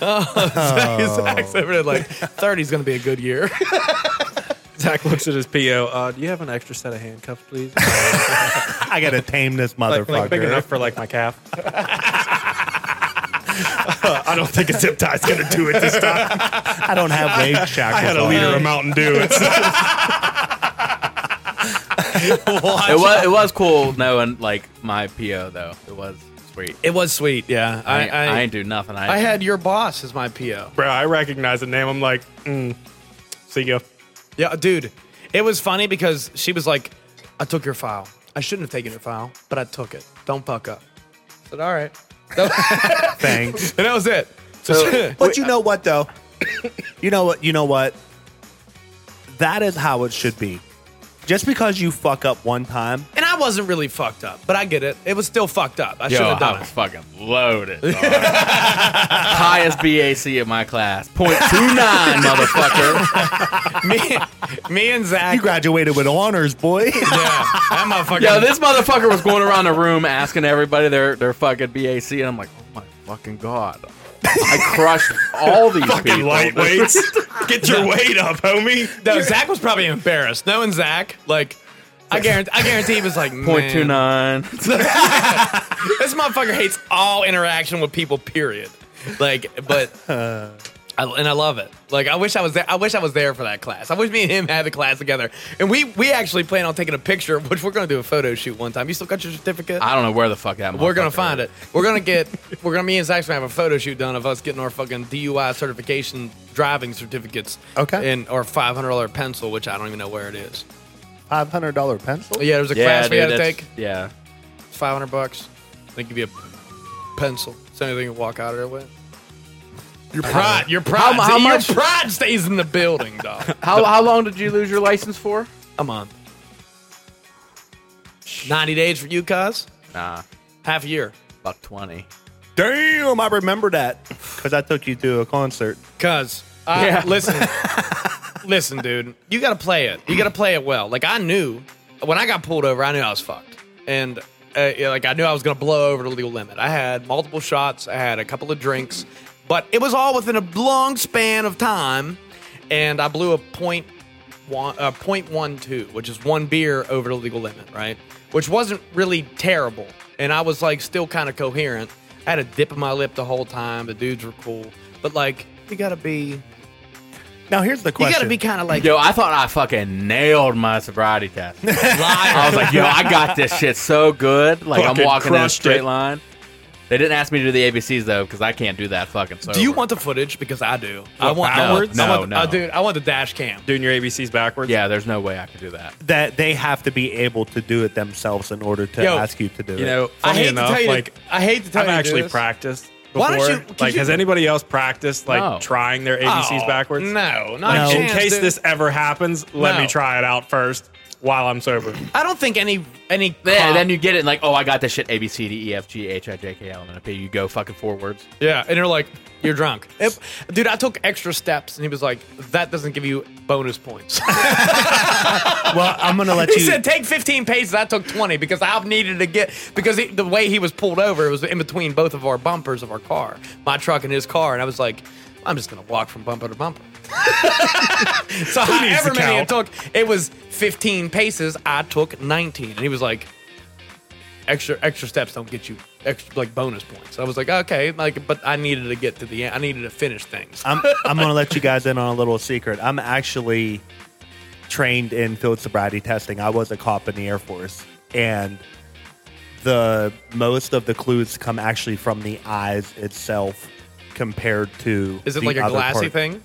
oh, Zach's over there like, 30's going to be a good year. Zach looks at his PO. Uh, do you have an extra set of handcuffs, please? I gotta tame this motherfucker. like, like big enough for like my [laughs] calf. I don't think a zip tie's gonna do it this time. I don't have leg shackles. I had a on. liter of Mountain Dew. It's it was it was cool knowing like my PO though. It was sweet. It was sweet, yeah. I, I, ain't- I, I I, ain't do nothing. I, had your boss as my PO. bro, I recognize the name. I'm like, mm, see ya. Yeah, dude. It was funny because she was like, I took your file. I shouldn't have taken your file, but I took it. Don't fuck up. I said, all right. [laughs] Thanks. And that was it. So, But you know what though? You know what? You know what? That is how it should be. Just because you fuck up one time, [laughs] and I wasn't really fucked up, but I get it. It was still fucked up. I Yo, shouldn't have I done was it. fucking [laughs] loaded. dog. Highest BAC in my class. 0.29, motherfucker. me, [laughs] me and Zach. you graduated with honors, boy. I'm a fucking. Yo, this motherfucker was going around the room asking everybody their, their fucking BAC, and I'm like, oh my fucking god. I crushed all these [laughs] Fucking people. lightweights. Get your weight up, homie. no, Zach was probably embarrassed. Knowing Zach, like, [laughs] I guarantee, I guarantee he was like, Point two "Man, nine. This motherfucker hates all interaction with people. Period. Like, but. I, and I love it. Like I wish I was there. I wish I was there for that class. I wish me and him had the class together. And we we actually plan on taking a picture, which we're gonna do a photo shoot one time. You still got your certificate? I don't know where the fuck that. We're gonna motherfucker find is. it. We're gonna get. We're gonna. Me and Zach's gonna have a photo shoot done of us getting our fucking DUI certification driving certificates. Okay. And our five hundred dollar pencil, which I don't even know where it is. Five hundred dollar pencil. But yeah, there's a class we dude, had to that's- take. Yeah. Five hundred bucks. They give you a pencil. It's the only thing you walk out of there with. Your pride. Your pride. How- how your much- pride stays in the building, dog. [laughs] How, how long did you lose your license for? A month. Ninety days for you, cuz. Nah, Half a year. buck twenty. Damn, I remember that because I took you to a concert. Cuz uh, Yeah. listen, listen, dude, you gotta play it. You gotta play it well. Like I knew when I got pulled over, I knew I was fucked, and uh, yeah, like I knew I was gonna blow over the legal limit. I had multiple shots. I had a couple of drinks, but it was all within a long span of time, and I blew a point one, uh, 0.12, which is one beer over the legal limit, right? Which wasn't really terrible. And I was like still kind of coherent. I had a dip in my lip the whole time. The dudes were cool. But like, you gotta be, Now here's the you question. gotta be kind of like, Yo, I thought I fucking nailed my sobriety test. I liar. was like, yo, I got this shit so good. Like I'm Fucking walking in a crushed straight it. line. They didn't ask me to do the ABCs though, because I can't do that fucking. Sober. do you want the footage? Because I do. I want no, outwards. I no, want, no. uh, dude, I want the dash cam. Doing your ABCs backwards. Yeah, there's no way I could do that. that they have to be able to do it themselves in order to Yo, ask you to do it. You know, I funny hate to enough, tell you. like I hate to tell I've you. actually this. practiced before. Why don't you- could like, you- has anybody else practiced like No. trying their ABCs Oh, backwards? No, not Like, a in chance, case dude. this ever happens, let No. me try it out first while I'm sober. I don't think any any. Yeah, cop- then you get it and like, oh, I got this shit. A B C D E F G H I J K L M N O P. You go fucking four words. Yeah, and you're like, you're drunk. If- dude, I took extra steps, and he was like, that doesn't give you bonus points. well, [laughs] I'm gonna let he you. said, take 15 paces. I took 20 because I needed to get, because he, the way he was pulled over, it was in between both of our bumpers of our car, my truck and his car. And I was like, I'm just going to walk from bumper to bumper. [laughs] so needs to however many it count? took, it was 15 paces. I took 19. And he was like, extra extra steps don't get you extra like bonus points. I was like, okay, like but I needed to get to the end. I needed to finish things. [laughs] I'm, I'm going to let you guys in on a little secret. I'm actually trained in field sobriety testing. I was a cop in the Air Force, and the most of the clues come actually from the eyes itself compared to. Is it the like a other glassy part. thing?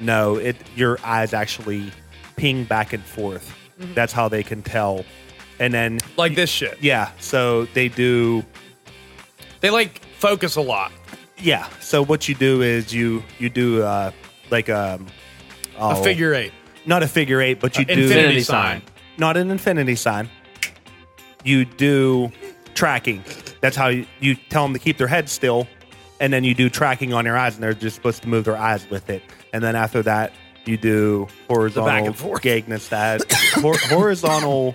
No, it your Mm-hmm. eyes actually ping back and forth. That's how they can tell. And then like this shit. Yeah, so they do. They like focus a lot. Yeah, so what you do is you you do uh like um A oh, figure eight, not a figure eight, but you do infinity sign. not an infinity sign. You do tracking. That's how you, you tell them to keep their head still, and then you do tracking on your eyes, and they're just supposed to move their eyes with it. And then after that, you do horizontal back and forth. Gegenstad, hor- horizontal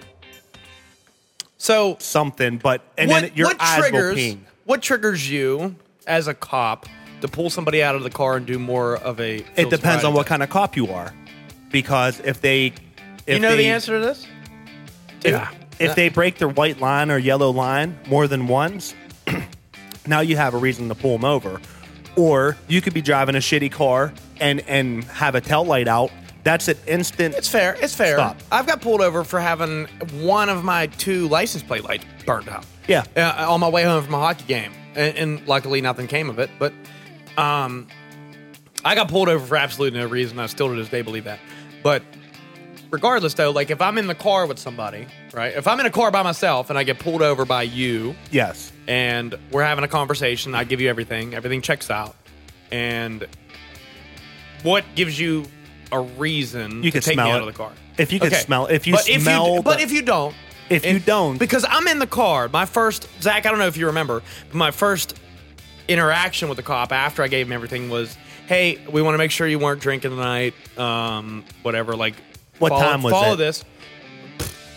So something, but and what, then your what eyes triggers will ping. what triggers you as a cop to pull somebody out of the car and do more of a? It depends on what kind of cop you are, because if they, if You know they, the answer to this. If, if they break their white line or yellow line more than once, [clears throat] now you have a reason to pull them over. Or you could be driving a shitty car and and have a tail light out. That's an instant. It's fair. It's fair. Stop. I've got pulled over for having one of my two license plate lights burned out. Yeah. Uh, on my way home from a hockey game, and, and luckily nothing came of it. But um, I got pulled over for absolutely no reason. I still to this day believe that. But regardless, though, like if I'm in the car with somebody, right? If I'm in a car by myself and I get pulled over by you, yes. and we're having a conversation. I give you everything. Everything checks out. And what gives you a reason You to could take me smell out of it. the car? If you could smell- if you but if smell you, but the- if you don't, If you don't- because I'm in the car. My first Zach, I don't know if you remember, but my first interaction with the cop after I gave him everything was, "Hey, we want to make sure you weren't drinking tonight. Um, whatever. Like, What follow, time was follow it? this?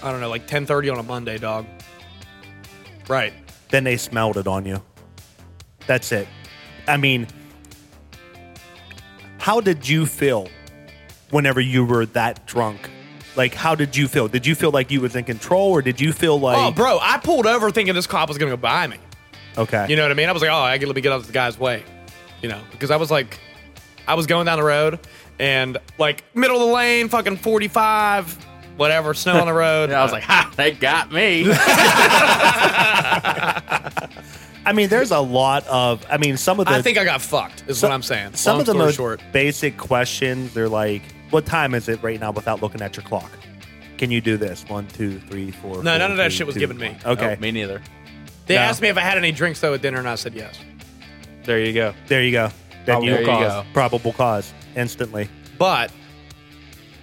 I don't know, like 10:30 on a Monday, dog. Right." Then they smelled it on you. That's it. I mean, how did you feel whenever you were that drunk? Like, how did you feel? Did you feel like you was in control, or did you feel like Oh, bro, I pulled over thinking this cop was gonna go by me. okay? You know what I mean? I was like, oh, I gotta let me get out of this guy's way. You know, because I was like, I was going down the road and like middle of the lane, fucking 45, whatever, snow [laughs] on the road. I was like, ha, they got me. I mean, there's a lot of. I mean, some of the. I think I got fucked, is what I'm saying. Some Long of the story most short. basic questions. They're like, "What time is it right now?" Without looking at your clock, can you do this? One, two, three, four. No, none of that three, shit was two, given me. one. Okay, Nope, me neither. They no. asked me if I had any drinks though at dinner, and I said yes. There you go. Oh, there you go. Then Probable you, cause. cause. Probable cause instantly. But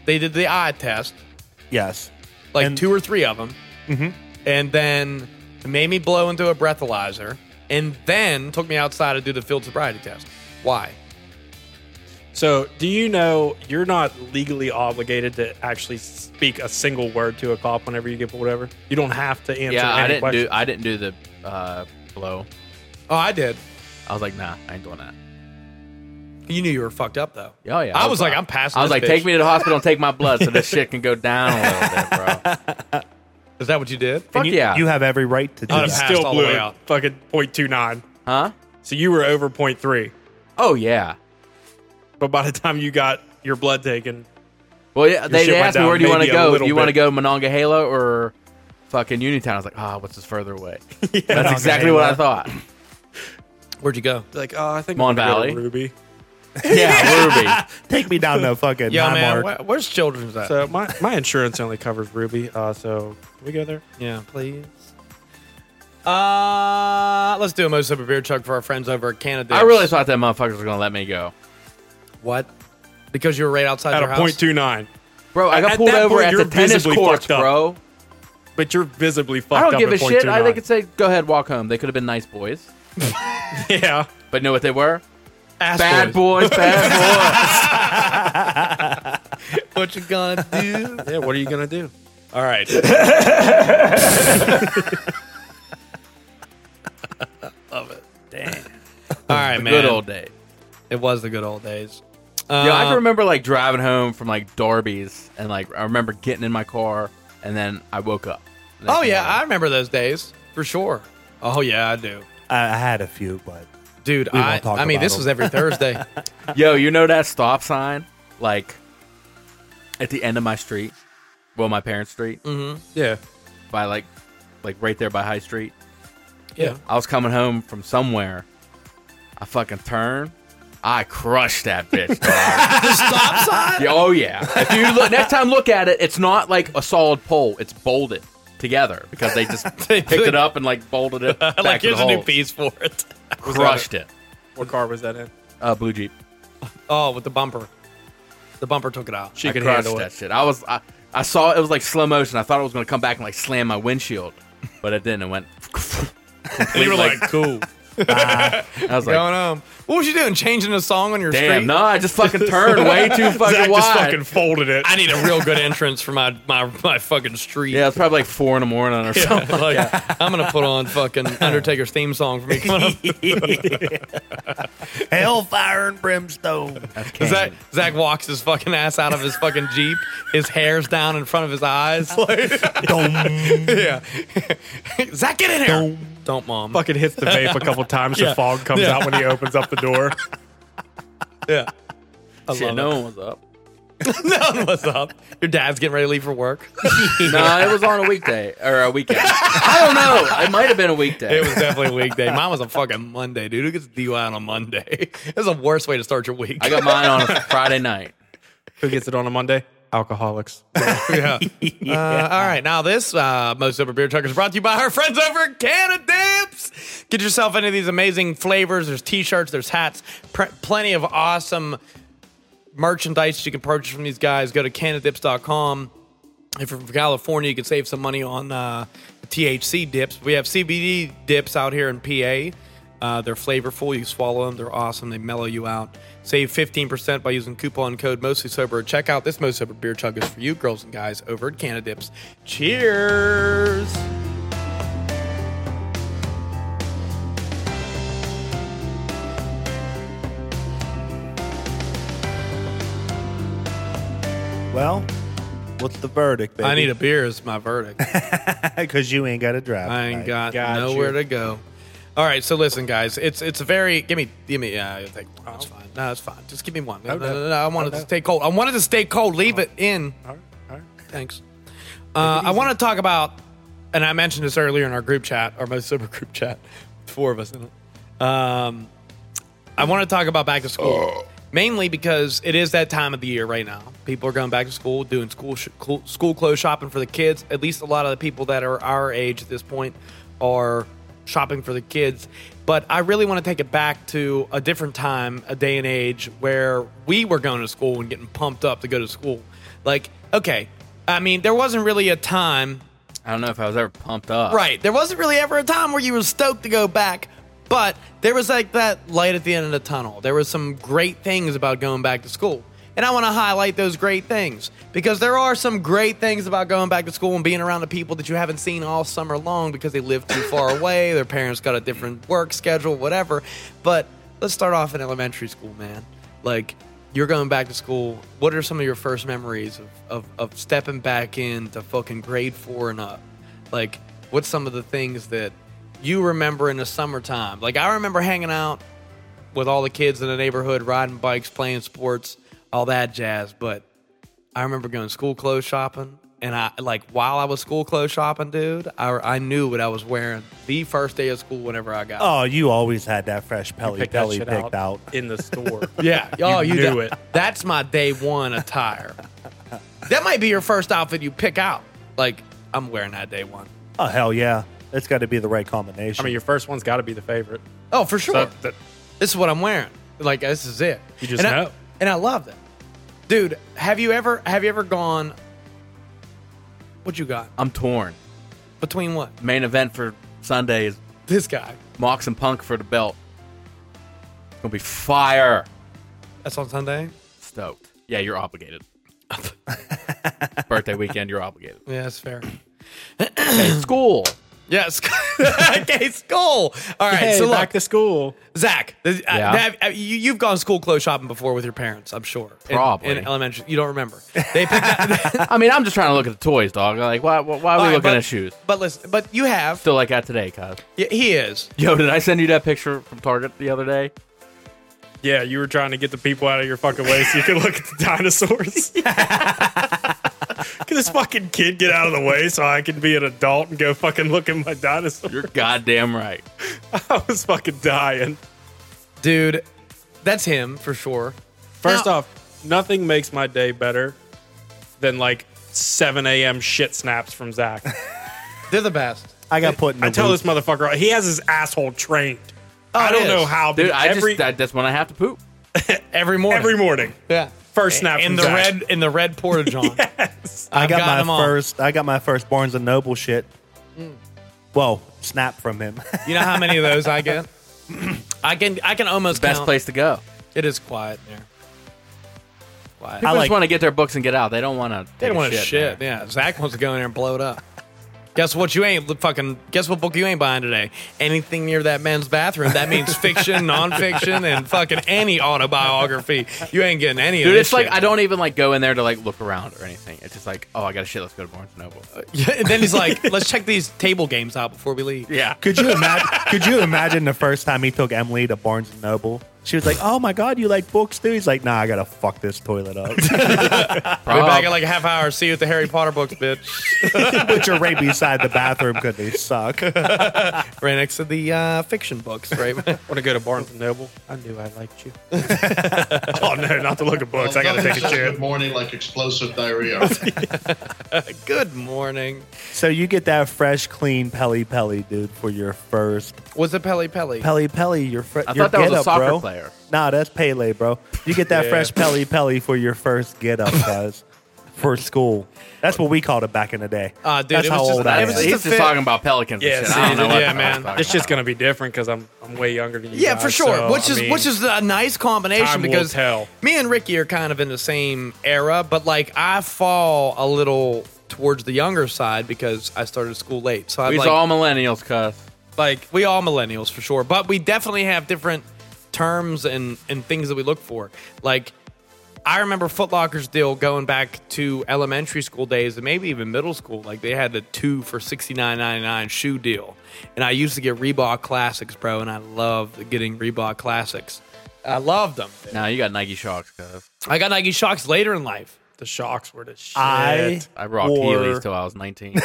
they did the eye test, Yes. like And- two or three of them, Mm-hmm. and then made me blow into a breathalyzer, and then took me outside to do the field sobriety test. Why? So, do you know you're not legally obligated to actually speak a single word to a cop whenever you get pulled over? You don't have to answer. Yeah, any I didn't question. do. I didn't do the uh, blow. Oh, I did. I was like, nah, I ain't doing that. You knew you were fucked up though. Oh yeah, I was like, I'm passing I was this like, bitch. take me to the hospital and take my blood so this shit can go down a little bit, [laughs] bro. Is that what you did? Fuck And you, yeah. You have every right to do I'd have that. passed still all the blew way it. out. Fucking 0.29. huh? So you were over 0.3, Oh yeah. but by the time you got your blood taken, Well, yeah, they, shit they went asked me down where do you want to maybe a go. Do little you want to bit. go Monongahela or fucking Uniontown? I was like, ah, what's this further away? [laughs] That's exactly Monongahela. what I thought. Where'd you go? like, oh, I think Mon I'm gonna go to Valley. Ruby. [laughs] yeah, Ruby. [laughs] Take me down to fucking Yeah, man. Highmark. wh- where's children's at? So uh, my, my insurance only covers Ruby. Uh, so can we go there? yeah, please. Uh, let's do a most sober beer chug for our friends over at Canada. I really thought that motherfuckers were gonna let me go, what? Because you were right outside At your a house. 0.29. bro. I got At pulled that over point, at the you're tennis visibly courts, fucked up. bro. But you're visibly fucked I don't up give at a shit. I, they 0.29. could say, go ahead, walk home. They could have been nice boys, [laughs] yeah. but you know what they were? Ass Bad boys. boys, bad boys. [laughs] What you gonna do? Yeah, what are you going to do? All [laughs] right. Love it. Dang. All right, man. Good old day. It was the good old days. Yeah, I Um, can remember like driving home from like Darby's, and like I remember getting in my car, and then I woke up. Oh yeah, I remember those days for sure. Oh yeah, I do, I, I had a few, but dude. won't I talk I mean, about this them. was every Thursday. Yo, you know that stop sign, like at the end of my street, well, my parents' street, Mm. yeah, by like, like right there by High Street. yeah. I was coming home from somewhere. I fucking turn. I crushed that bitch. the stop sign? oh yeah. If you look next time, look at it. It's not like a solid pole. It's bolded. together because they just picked it up and like bolted it back like, to the here's a new hole. piece for it. crushed it. What car was that in? Uh, Blue Jeep. [laughs] Oh, with the bumper. The bumper took it out. She I could crushed that shit. I was I, I saw it was like slow motion. I thought it was gonna come back and like slam my windshield, but it didn't. It went. And you were like, cool. I was like, Going home. What was you doing? Changing a song on your damn, street? no, I just fucking turned way too fucking Zach wide. just fucking folded it. I need a real good entrance for my, my, my fucking street. yeah, it's probably like four in the morning or [laughs] something. Like, I'm gonna put on fucking Undertaker's theme song for me. Coming up. [laughs] [laughs] Hellfire and brimstone. Zach, Zach walks his fucking ass out of his fucking jeep. His hair's down in front of his [laughs] eyes. yeah. [laughs] Zach, get in here. Don't, mom. Fucking hits the vape a [laughs] couple times. The fog comes out when he opens up the door. Yeah. Shit, no one was [laughs] up. [laughs] no, what's up? Your dad's getting ready to leave for work. no, it was on a weekday or a weekend. I don't know. It might have been a weekday. It was definitely a weekday. Mine was a fucking Monday, dude. Who gets DUI on a Monday? [laughs] That's the worst way to start your week. I got mine on a Friday night. [laughs] Who gets it on a Monday? Alcoholics. [laughs] yeah. Uh, all right. Now, this uh, Most Sober Beer Trucker is brought to you by our friends over at Canada Dips. Get yourself any of these amazing flavors. There's t shirts, there's hats, pr- plenty of awesome merchandise you can purchase from these guys. Go to canadips.com. If you're from California, you can save some money on uh, THC dips. We have CBD dips out here in PA. Uh, they're flavorful. You swallow them. They're awesome. They mellow you out. Save 15% by using coupon code Mostly Sober at checkout. This Most Sober beer chug is for you, girls and guys, over at Canada Dips. Cheers. Well, what's the verdict, baby? I need a beer is my [laughs] verdict. [laughs] because you ain't got a drive. I ain't got, Got you. nowhere to go. All right, so listen, guys. It's it's a very give me give me yeah. I think that's fine. No, it's fine. Just give me one. No, Oh. no, Oh, no, Oh. no, I wanted to stay cold. I wanted to stay cold. Leave it in. Thanks. Uh, I want to talk about, and I mentioned this earlier in our group chat, our most sober [laughs] group chat, four of us in it. Um, I want to talk about back to school, mainly because it is that time of the year right now. People are going back to school, doing school sh- cool- school clothes shopping for the kids. At least a lot of the people that are our age at this point are shopping for the kids. But I really want to take it back to a different time, a day and age where we were going to school and getting pumped up to go to school. Like, okay, I mean, there wasn't really a time I don't know if I was ever pumped up. Right. There wasn't really ever a time where you were stoked to go back, but there was like that light at the end of the tunnel. There was some great things about going back to school. And I want to highlight those great things because there are some great things about going back to school and being around the people that you haven't seen all summer long because they live too far away, their parents got a different work schedule, whatever. But let's start off in elementary school, man. Like, you're going back to school. What are some of your first memories of, of, of stepping back into fucking grade four and up? Like, what's some of the things that you remember in the summertime? Like, I remember hanging out with all the kids in the neighborhood, riding bikes, playing sports, all that jazz. But I remember going school clothes shopping. And I like while I was school clothes shopping, dude, I, I knew what I was wearing the first day of school whenever I got. Oh, you always had that fresh Pelly Pick that Pelly shit picked out. in the store. [laughs] Yeah. oh, you knew do it. That's my day one attire. that might be your first outfit you pick out. Like, I'm wearing that day one. Oh hell yeah, it's got to be the right [laughs] combination. I mean, your first one's got to be the favorite. Oh, for sure. So that- this is what I'm wearing. Like, this is it. You just and I, know. and I love that. Dude, have you ever have you ever gone what you got? I'm torn. Between what? Main event for Sunday is This guy. Mox and Punk for the belt. It's gonna be fire. That's on Sunday? Stoked. Yeah, you're obligated. Birthday weekend, you're obligated. Yeah, that's [clears throat] fair. School. [laughs] Yes. okay, school. All right. Hey, so look, back to school. Zach, th- uh, Yeah. that- uh, you, you've gone school clothes shopping before with your parents, I'm sure. In- Probably. in, elementary. You don't remember. They picked out, I mean, I'm just trying to look at the toys, dog. Like, why, why why are we Alright, looking but- at shoes? [laughs] but listen, but you have. Still like that today, cuz. Yeah, he is. Yo, did I send you that picture from Target the other day? Yeah, you were trying to get the people out of your fucking way so you could look at the [laughs] dinosaurs. Can this fucking kid get out of the way so I can be an adult and go fucking look at my dinosaur? You're goddamn right. [laughs] I was fucking dying. Dude, that's him for sure. First Now- off, nothing makes [laughs] my day better than like 7 a.m. shit snaps from Zach. They're the best. I got put in the I tell loop. this motherfucker he has his asshole trained. I don't Oh, it know is. how, but Dude, I every just that, that's when I have to poop. Every morning. every morning, Yeah. first snap In from the Zach. red in the red portage [laughs] on. I I've got, got my them all. first. I got my first Barnes and Noble shit. Mm. Well, snap from him. [laughs] You know how many of those I [clears throat] get? I can I can almost Best count. place to go. It is quiet there. Quiet. People like- just want to get their books and get out. They don't want to. They don't want a to shit. Yeah, Zach wants to go in there and blow it up. Guess what? You ain't fucking. Guess what book you ain't buying today? Anything near that man's bathroom. That [laughs] means fiction, nonfiction, and fucking any autobiography. You ain't getting any of Dude, this. it's [laughs] like shit. I don't even like go in there to like look around or anything. It's just like, oh, I got a shit. Let's go to Barnes and Noble. Yeah, and then he's like, "Let's check these table games out before we leave." yeah, could you imagine? could you imagine the first time he took Emily to Barnes and Noble? She was like, "Oh my god, you like books, dude?" He's like, "Nah, I gotta fuck this toilet up." [laughs] We're back Prob- in like a half hour. See you at the Harry Potter books, [laughs] bitch. Put your right beside the bathroom because they suck. Right next to the uh, fiction [laughs] books, right? Want to go to Barnes and Noble? I knew I liked you. Oh no, not to look at books. I gotta take a Good shit. morning, like explosive diarrhea. Good morning. So you get that fresh, clean Pelly Pelly, dude, for your first Was it Peli Peli? Pelly Pelly. Your fr- I your thought that was a getup, soccer bro. player. Nah, that's Pele, bro. You get that fresh Pelly Pelly for your first get up, guys, for school. That's what we called it back in the day. Ah, dude, that's it was how just- old I it am. was He's a just fit- talking about pelicans. Yeah, and shit. see, I don't know what yeah, the fuck man. I'm talking It's just gonna be different because I'm I'm way younger than you. Yeah, guys, for sure. so, which I is mean, which [laughs] is a nice combination time will because tell. me and Ricky are kind of in the same era, but like I fall a little towards the younger side because I started school late. So I about. We's like, all millennials, cuz. like we all millennials for sure, but we definitely have different terms and and things that we look for. Like I remember Foot Locker's deal going back to elementary school days and maybe even middle school. Like they had the two for sixty nine ninety nine shoe deal, and I used to get Reebok Classics, bro, and I loved getting Reebok Classics. I loved them. Now you got Nike shocks, cuz. I got Nike Shocks later in life. the shocks were the shit. I I rocked wore- Heelys till I was [laughs] 19. [laughs]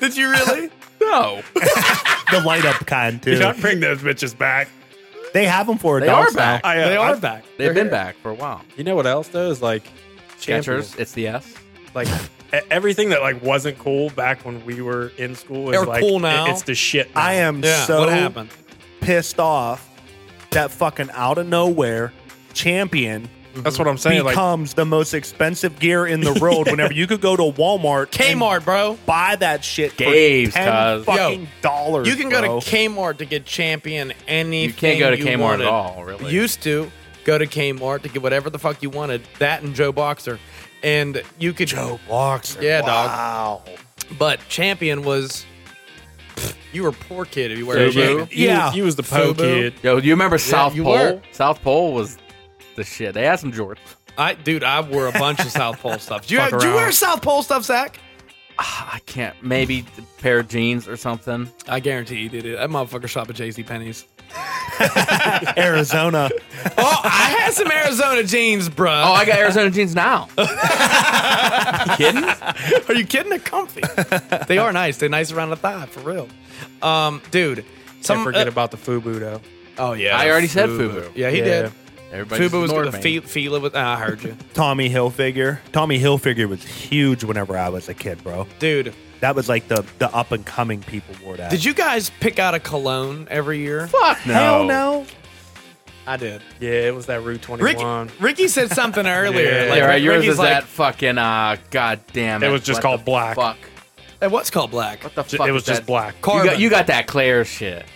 Did you really? no. the light up kind Do too. not bring those bitches back. They have them for They adults are back. now. I, uh, they I- are back. They've been back for a while. You know what else though is like Skechers, it's the S. like e- everything that like wasn't cool back when we were in school is They're like cool it- now. it's the shit. Now. I am Yeah. so what happened? pissed off that fucking out of nowhere champion That's what I'm saying. Like becomes the most expensive gear in the world. Whenever you could go to Walmart, and Kmart, bro. buy that shit Gabe's, for ten cuz. fucking Yo, dollars. You can go bro. to Kmart to get champion anything. You can't go to Kmart wanted. at all, really. Used to go to Kmart to get whatever the fuck you wanted. That and Joe Boxer, and you could Joe Boxer. Yeah, dog. But champion was you were a poor kid if you were Joe Boo? champion. you, yeah. you was the po Fubu. kid. Yo, do you remember South you Pole? were. South Pole was the shit. They had some jorts. I dude, I wore a bunch of South Pole stuff. Do you, Fuck do you around. wear South Pole stuff, Zach? I can't. Maybe a pair of jeans or something. I guarantee you did it. That motherfucker shop at JC Penney's. Arizona. Oh, I had some Arizona jeans, bro. Oh, I got Arizona jeans [laughs] now. kidding? Are you kidding? They're comfy. they are nice. They're nice around the thigh, for real. Um, dude. Some, Don't forget uh, about the FUBU though. oh yeah, I already said FUBU. Yeah, he Yeah. did. Everybody FUBU was ignored good. The me. fe- Fila was. ah, I heard you, Tommy Hilfiger. Tommy Hilfiger was huge whenever I was a kid, bro. dude. That was like the the up and coming people wore that. Did you guys pick out a cologne every year? Fuck no. Hell no. I did. Yeah, it was that Route 21. Ricky, Ricky said something earlier. Yeah. like, [laughs] yeah, right, yours Ricky's is like, that fucking uh goddamn It was just what called the black. Fuck. that. What's called black? What the Ju- fuck it is was just that? black. You Carbon. got, you got that Claire shit.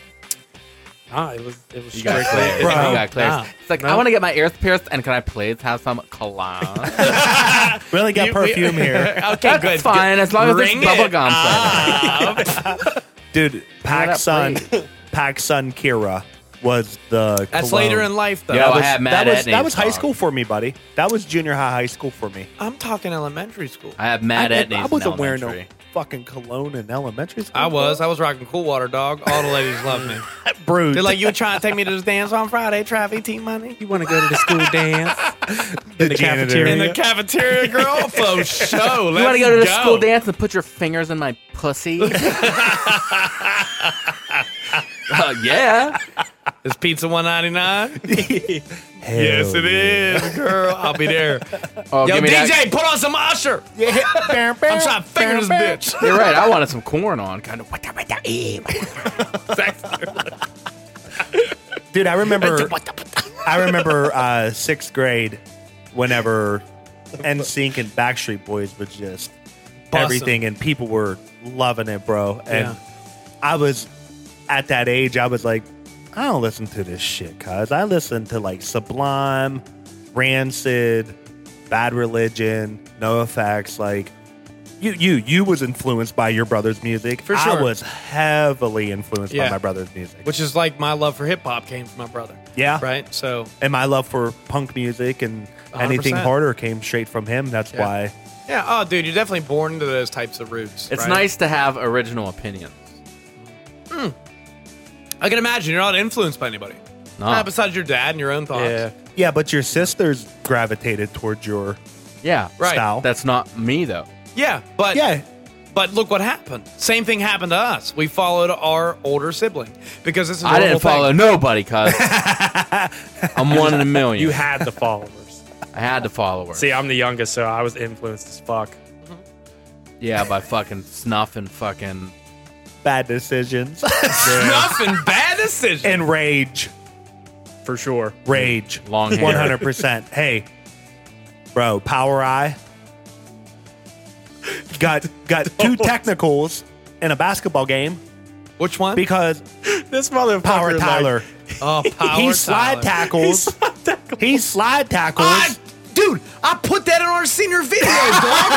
Ah, it was it was You got strictly. Claire's. it- you got Claire's. nah, it's like I want to get my ears pierced, and can I please have some [laughs] cologne? okay, We only got [laughs] perfume here, okay, That's good. fine as long as there's Ring it bubble gum. Ah. flavor. dude. Pac that Sun, Pac Sun Kira was the. That's cologne. later in life, though. Yeah, That I was, had Matt that was, Etney's that was high dog. school for me, buddy. That was junior high, high school for me. I'm talking elementary school. I have Matt I, Etney's. I in wasn't wearing no elementary. fucking cologne in elementary school. I was. I bro. was rocking Cool Water, dog. All the ladies love [laughs] me. Brute. They're like, you were trying to take me to this dance on Friday, Travi T Money? You want to go to the school dance? the, cafeteria. In the cafeteria, [laughs] girl? For show. You want to go to the school dance and put your fingers in my pussy? Uh, yeah. It's Pizza 199. Hell yes, it is, girl. I'll be there. Oh, Yo, give me DJ, that. put on some Usher. I'm trying to finger this bitch. You're right. I wanted some corn on. Kind of. Wata, wata, eh, wata, Dude, I [laughs] remember wata, wata. I remember uh, sixth grade [laughs] whenever NSYNC and Backstreet Boys was just Bussin'. everything and people were loving it, bro. And Yeah. I was at that age, I was like, I don't listen to this shit, cuz I listen to like Sublime, Rancid, Bad Religion, No Effects, like you you you was influenced by your brother's music. For sure. I was heavily influenced Yeah. by my brother's music. Which is like my love for hip hop came from my brother. Yeah. Right. So and my love for punk music and 100%. anything harder came straight from him. That's Yeah. why. yeah. Oh, dude, you're definitely born into those types of roots. It's right? nice to have original opinions. I can imagine you're not influenced by anybody. No. Uh, besides your dad and your own thoughts. Yeah. Yeah, but your sisters gravitated towards your Yeah. Right. style. That's not me though. Yeah. But yeah, But look what happened. Same thing happened to us. We followed our older sibling because this is. I our didn't whole thing. follow nobody, cuz I'm one in a million. You had the followers. [laughs] I had to follow her. See, I'm the youngest, so I was influenced as fuck. Yeah, by fucking snuff and fucking. bad decisions Nothing bad decision. and rage, For sure. rage, Long hair. one hundred percent. Hey, bro, Power Eye got got two technicals in a basketball game Which one? because This motherfucker. Power like- Tyler oh, power he [laughs] Tyler. slide tackles. He slide tackles. I, Ah, dude, I put that on our senior video, dog.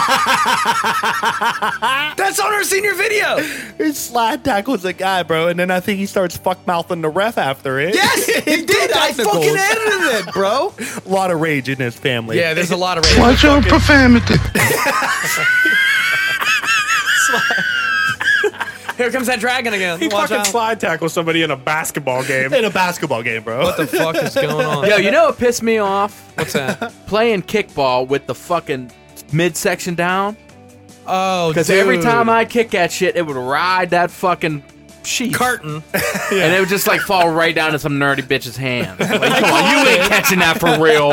[laughs] That's on our senior video. He slide tackles a guy, bro, and then I think he starts fuck mouthing the ref after it. Yes, [laughs] he did. I fucking edited it, bro. a lot of rage in his family. Yeah, there's a lot of Watch out, profanity. Here comes that dragon again. He Watch fucking out. slide tackled somebody in a basketball game. in a basketball game, bro. What the fuck is going on? Yo, you know what pissed me off? What's that? [laughs] Playing kickball with the fucking midsection down. Oh, Because every time I kick that shit, it would ride that fucking sheet. carton, [laughs] And it would just like fall right down to some nerdy bitch's hand. Like, come on, you ain't catching that for real.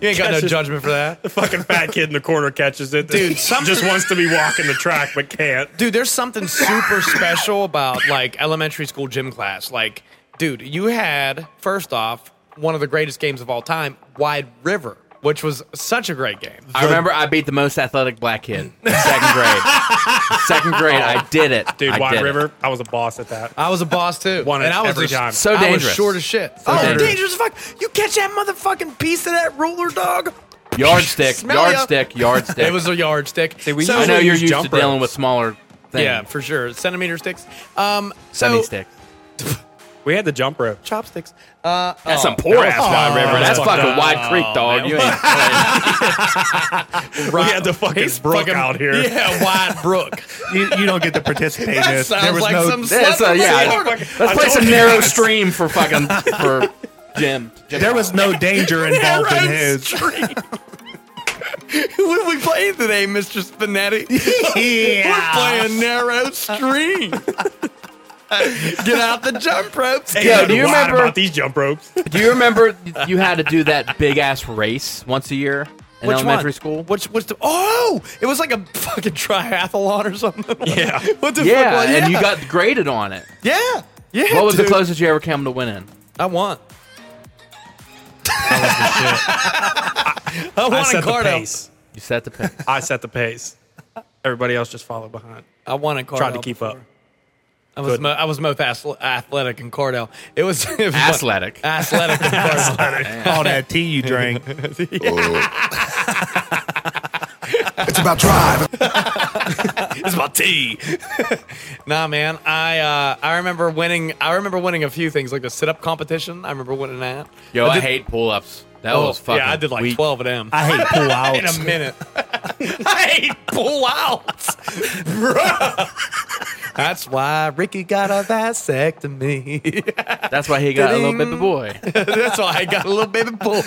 you ain't got no judgment for that, The fucking fat kid in the corner catches it. Dude, [laughs] just wants to be walking the track but can't. dude. There's something super special about like elementary school gym class. Like, dude, you had first off one of the greatest games of all time, Wide River, which was such a great game. I remember I beat the most athletic black kid in second grade. second grade, I did it. Dude, I Wide did it. River, I was a boss at that. I was a boss too, Won it and I was every just- time. So I was dangerous. short as shit. oh, dangerous. dangerous as fuck! You catch that motherfucking piece of that ruler, dog. Yardstick, Smell ya. yardstick, yardstick. It was a yardstick. we So- I know you're Use used to jump dealing ropes. with smaller things. yeah, for sure. Centimeter sticks. Um, so semi stick. We had the jump rope. chopsticks. Uh, That's oh. some poor ass wide river. That's, that's fucking fucked up. wide creek, dog. You ain't We had the fucking brook out here. [laughs] Yeah, wide [laughs] brook. You, you don't get to participate. in this. There was no. That's a- uh, yeah. Let's play some narrow stream for fucking for Jim. Jim there was no [laughs] danger involved in his. Who are we playing today, Mr. [laughs] Spinetti? We're Yeah. playing narrow stream. Get out the jump ropes. Hey, Yo, nothing do you wild remember- about these jump [laughs] ropes? Do you remember you had to do that big ass race once a year in elementary school? Which was the oh, it was like a fucking [laughs] triathlon or something. Yeah. what the Yeah, fuck? was- and you got graded on it. yeah, yeah. What was dude. the closest you ever came to winning? I want. I I want a set the Cardo. pace. You set the pace. I set the pace. Everybody else just followed behind. I want a Cardo. Tried to keep up. I was mo- I was both ath- athletic and Cordell. It was, [laughs] it was Athletic. athletic [laughs] and Cordell. All that tea [laughs] you drank. [laughs] it's my tea. nah, man. I uh, I remember winning. I remember winning a few things like the sit up competition. I remember winning that. Yo, I, did- Oh, hate pull ups. That was fucking. yeah. I did like weak. twelve of them I hate pull in a outs. minute. [laughs] I hate pull outs, bro. That's why Ricky got a vasectomy. That's why he got a little [laughs] baby Ding. boy. That's why I got a [laughs] little baby boy.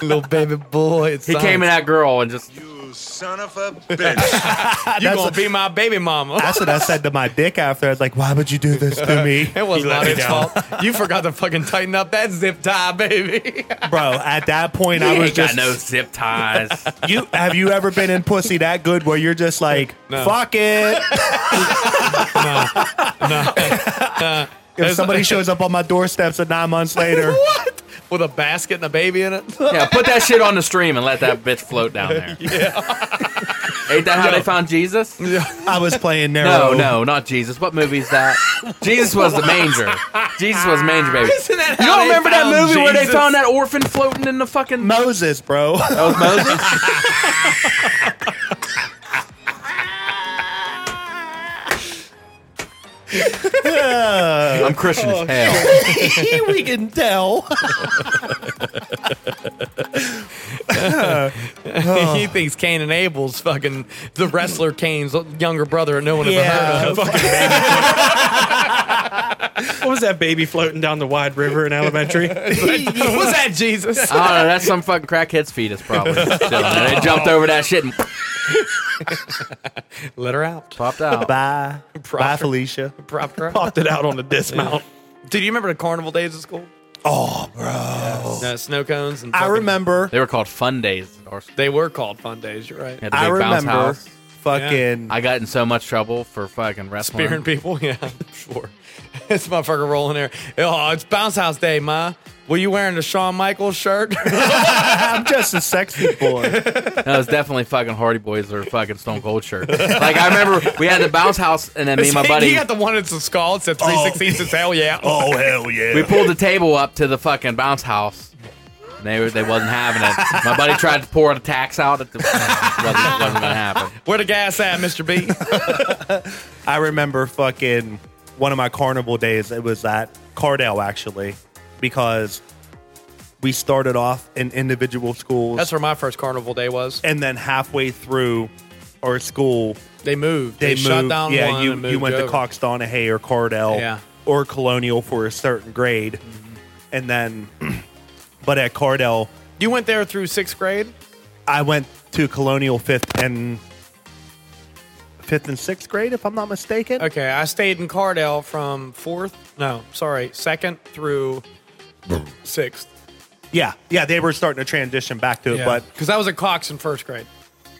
little baby boy. He came in that girl and just You son of a bitch. You're That's gonna a- be my baby mama. That's what I said to my dick after. I was like, why would you do this to me? [laughs] It was He let not me his down. fault. You forgot to fucking tighten up that zip tie, baby. [laughs] Bro, at that point, I was just. zip [laughs] ties. you Have you ever been in pussy that good where you're just like, No. fuck it? If There's- [laughs] somebody shows up on my doorsteps and nine months later, what? With a basket and a baby in it? yeah, put that shit on the stream and let that bitch float down [laughs] there. Yeah. Ain't that how they found Jesus? I was playing narrow. No, no, not Jesus. What movie is that? Jesus was the manger. Jesus was manger baby. Isn't that You how they don't remember that found movie where they Jesus? found that orphan floating in the fucking Moses, bro. of Oh, Moses? [laughs] [laughs] I'm Christian as hell. Oh, [laughs] we can tell. [laughs] he thinks Cain and Abel's fucking the wrestler Cain's younger brother and no one ever heard of. Yeah. What was that baby floating down the wide river in elementary? What's that, [laughs] Jesus? I don't know. That's some fucking crackhead's fetus, [laughs] probably. Chilling there. They jumped over that shit and Let her out. popped out. Bye. Bye, Felicia. Prop her out. Popped it out on the dismount. Dude, you remember the carnival days of school? Oh, bro. snow cones and I fucking- remember. They were called fun days. Or They were called fun days, you're right. Had the I big bounce remember. house. Fucking. I got in so much trouble for fucking wrestling. [laughs] Spearing people, [laughs] yeah, sure. [laughs] This motherfucker rolling there. Oh, it's bounce house day, ma. Were you wearing the Shawn Michaels shirt? I'm just a sexy boy. No, it was definitely fucking Hardy Boys or fucking Stone Cold shirt. Like I remember we had the bounce house, and then me and my He buddy got the one that's a skull. It said Oh. 316 says hell yeah. [laughs] oh hell yeah. we pulled the table up to the fucking bounce house. And They were, they wasn't having it. My buddy tried to pour the tax out at the [laughs] wasn't, wasn't gonna happen. Where the gas at, Mr. [laughs] B? I remember fucking one of my carnival days. It was at Cardell actually, because we started off in individual schools, That's where my first carnival day was. and then halfway through our school, They moved. they, They, moved. shut down yeah, one you and you moved went over. to Coxdonahay or Cardell Yeah. Mm-hmm. or Colonial for a certain grade, and then, [clears throat] but at Cardell, You went there through sixth grade? I went to Colonial fifth and fifth and sixth grade, if I'm not mistaken. Okay, I stayed in Cardell from fourth, no, sorry, second through sixth. Yeah, yeah, they were starting to transition back to it, but Because I was at Cox in first grade.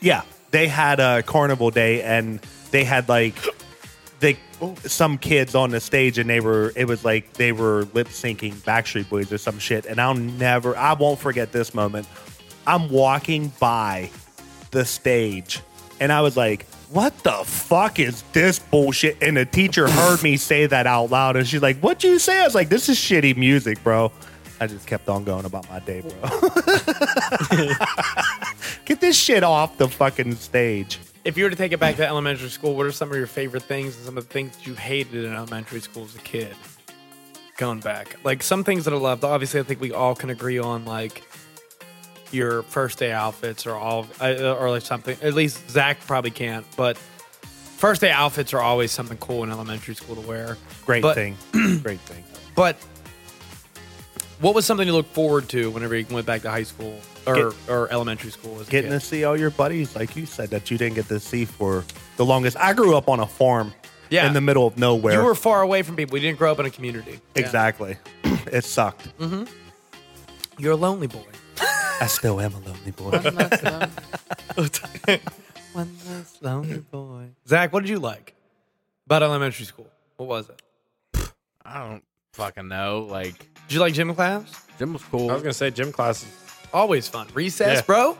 Yeah, they had a carnival day, and they had like they some kids on the stage, and they were it was like they were lip syncing Backstreet Boys or some shit. And I'll never, I won't forget this moment. I'm walking by the stage, and I was like. What the fuck is this bullshit? And the teacher heard me say that out loud, and she's like, "What'd you say?" I was like, "This is shitty music, bro." I just kept on going about my day, bro. [laughs] Get this shit off the fucking stage. If you were to take it back to elementary school, what are some of your favorite things and some of the things that you hated in elementary school as a kid? Going back, like some things that I loved. Obviously, I think we all can agree on like your first day outfits or all uh, or like something. At least Zach probably can't, but first day outfits are always something cool in elementary school to wear. Great But- [clears throat] thing. Great thing. But what was something you looked forward to whenever you went back to high school or, Get- or elementary school? As a Getting kid? to see all your buddies, like you said, that you didn't get to see for the longest. I grew up on a farm Yeah. in the middle of nowhere. You were far away from people. You didn't grow up in a community. exactly. [clears throat] it sucked. Mm-hmm. Yeah. You're a lonely boy. I still am a lonely [laughs] boy. One less lonely boy. Hmm. Zach, what did you like about elementary school? What was it? I don't fucking know. Like Did you like gym class? Jim was I was cool. gonna say gym classes. Always fun. Recess, Yeah. bro.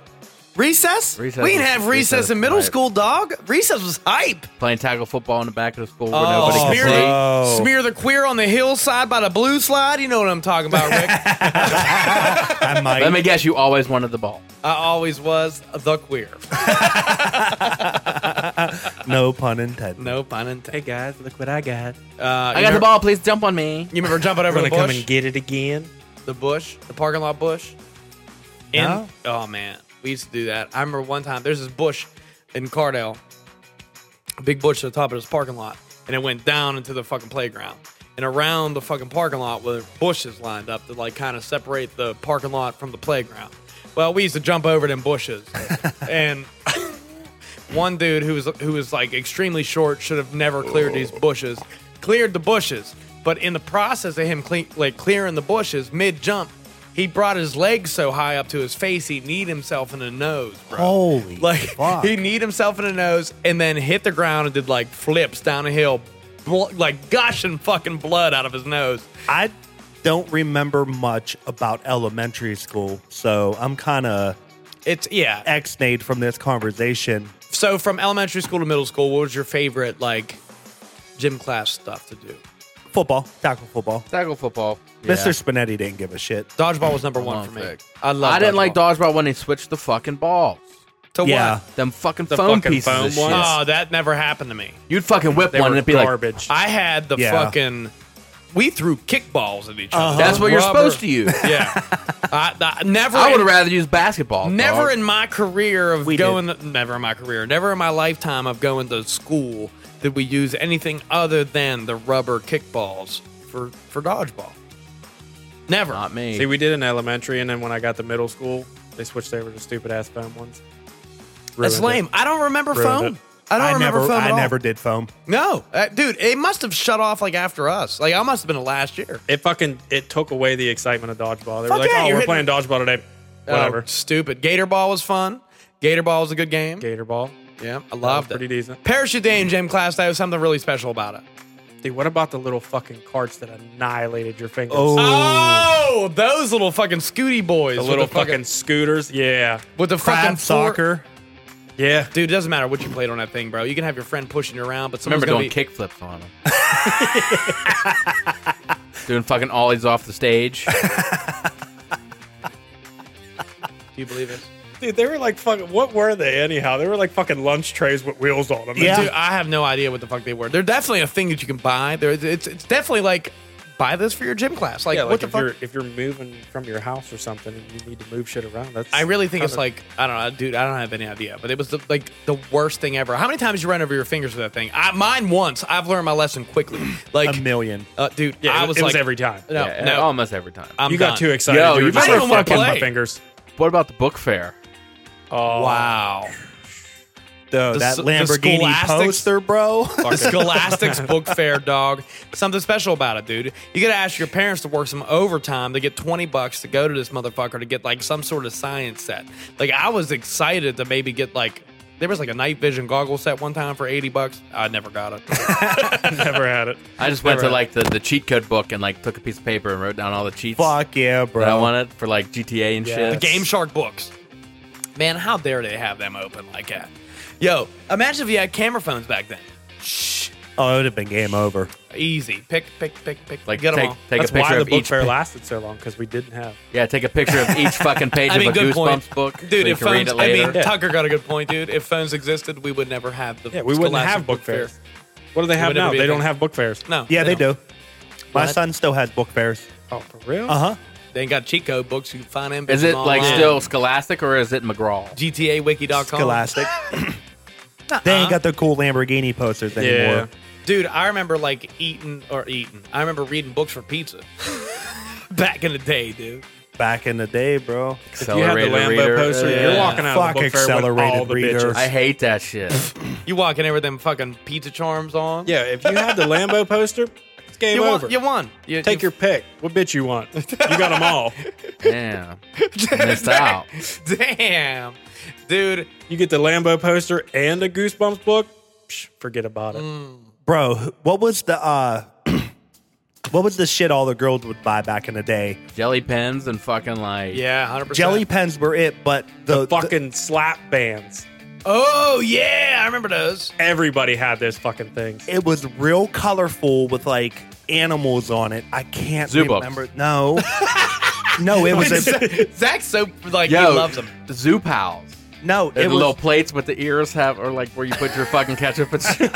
Recess? Recess we didn't was- have recess, recess in middle was hype. school, dog. Recess was hype. Playing tackle football in the back of the school where nobody Oh, could smear, see. the, smear the queer on the hillside by the blue slide. You know what I'm talking about, Rick. [laughs] I might. Let me guess, you always wanted the ball. I always was the queer. no pun intended. No pun intended. guys, look what I got. Uh, I I got the ball. Please jump on me. You remember jumping over We're the gonna come bush? and get it again. the bush, the parking lot bush. In, Oh man, we used to do that. I remember one time there's this bush in Cardell, a big bush at the top of this parking lot, and it went down into the fucking playground. And around the fucking parking lot were bushes lined up to like kind of separate the parking lot from the playground. Well, we used to jump over them bushes, and One dude who was who was like extremely short should have never cleared these bushes. Cleared the bushes, but in the process of him cle- like clearing the bushes mid jump, he brought his legs so high up to his face he kneed himself in the nose, bro. Holy [laughs] Like fuck. he kneed himself in the nose and then hit the ground and did like flips down a hill, bl- like gushing fucking blood out of his nose. I don't remember much about elementary school, so I'm kind of It's yeah. ex-nayed from this conversation. So from elementary school to middle school, what was your favorite like gym class stuff to do? Football, tackle football. Tackle football. Mr. Spinetti didn't give a shit. Dodgeball was number one on, for me. Vic. I love. I didn't like dodgeball when they switched the fucking balls. To Yeah. what? Them fucking foam fucking pieces. foam of shit. ones? Oh, that never happened to me. You'd fucking whip one and it'd be like, garbage. I had the Yeah. fucking. We threw kickballs at each other. Uh-huh. that's what you're Rubber- supposed to use. [laughs] Yeah. I, I- never. I in- would have rather used basketball. Never dog. in my career of going, never in my career, never in my lifetime of going to school did we use anything other than the rubber kickballs for for dodgeball. Never. Not me. See, we did in elementary, and then when I got to middle school, they switched over to stupid ass foam ones. That's Ruined lame. I don't remember phone. it. I don't remember never, phone at I all. never did foam. No, Uh, dude, it must have shut off like after us. Like I must have been the last year. It. it fucking it took away the excitement of dodgeball. They Fuck were like, yeah, "Oh, you're we're hitting- playing dodgeball today." Oh, Whatever. stupid. Gator ball was fun. Gator ball was a good game. Gator ball. Yeah, I That was loved pretty it. decent. Parachute day in gym class. That was something really special about it. Dude, what about the little fucking carts that annihilated your fingers? Oh, those little fucking Scooty boys. the with little the fucking, scooters. Yeah. with the fucking four- Crab soccer. Yeah. Dude, it doesn't matter what you played on that thing, bro. You can have your friend pushing you around, but someone's gonna remember doing be, kickflips on them. [laughs] doing fucking ollies off the stage. Do you believe it? Dude, they were like fucking. What were they anyhow? They were like fucking lunch trays with wheels on them. Yeah. Dude, I have no idea what the fuck they were. They're definitely a thing that you can buy. There, it's it's definitely like buy this for your gym class. Like Yeah, what like the if fuck? you're if you're moving from your house or something and you need to move shit around, that's I really think it's kinda- like I don't know, dude. I don't have any idea, but it was the, like the worst thing ever. How many times you run over your fingers with that thing? I, mine once. I've learned my lesson [clears throat] quickly. Like A million. uh, dude, yeah, I was it was, it like was every time. No, Uh, Yeah, no, Almost every time. I'm you done. got too excited. Yo, you you were just better like, wanna fucking my play. fingers. what about the book fair? Oh, Wow, Though, The that s- the Lamborghini Scholastics- poster, bro. the [laughs] Scholastics Book Fair, dog. Something special about it, dude. You gotta ask your parents to work some overtime to get twenty bucks to go to this motherfucker to get like some sort of science set. Like I was excited to maybe get like there was like a night vision goggle set one time for eighty bucks. I never got it. [laughs] never had it. I just went to like the, the cheat code book and like took a piece of paper and wrote down all the cheats Fuck yeah, bro. that I wanted for like GTA and shit. The Game Shark books. Man, how dare they have them open like that? Yo, imagine if you had camera phones back then. Shh. Oh, it would have been game over. Easy. Pick, pick, pick, pick. Like get take, them all. take a That's why picture the of book each. fair lasted so long because we didn't have. Yeah, take a picture of each fucking page I mean, of a good Goosebumps point. book. so Dude, you if can read phones, I it later. mean, Tucker got a good point, dude. If phones existed, we would never have the. Yeah, we wouldn't Scholastic have book fairs. What do they have would never now? be a They thing. don't have book fairs. No. Yeah, they, don't. do. My What? son still has book fairs. Oh, for real? Uh huh. They ain't got cheat code books. You can find them. is bitches it like online. still Scholastic or is it McGraw? GTAWiki.com? Scholastic. [clears throat] they ain't got the cool Lamborghini posters anymore. Dude, I remember like eating or eating. I remember reading books for pizza. [laughs] Back in the day, dude. Back in the day, bro. If you had the Lambo uh, poster, yeah. you're walking out Fuck of the book fair with all accelerated the reader. bitches. I hate [laughs] that shit. You walking in with them fucking pizza charms on. yeah, if you had the Lambo [laughs] poster, it's game you won. over. You won. You, Take your pick. What bitch you want? You got them all. Damn. [laughs] Missed out. your damn, dude. You get the Lambo poster and a Goosebumps book. Psh, forget about it. Bro, what was the uh [clears throat] what was the shit all the girls would buy back in the day? Jelly pens and fucking like. Yeah, hundred percent. Jelly pens were it, but the, the- Fucking slap bands. Oh yeah, I remember those. Everybody had those fucking things. it was real colorful with like animals on it. I can't Zubos. remember. No. [laughs] no, it was a, Zach's so like Yo, he loves them. The zoo pals. no, They're it the little was, plates with the ears have, or like where you put your fucking ketchup [laughs] and shit.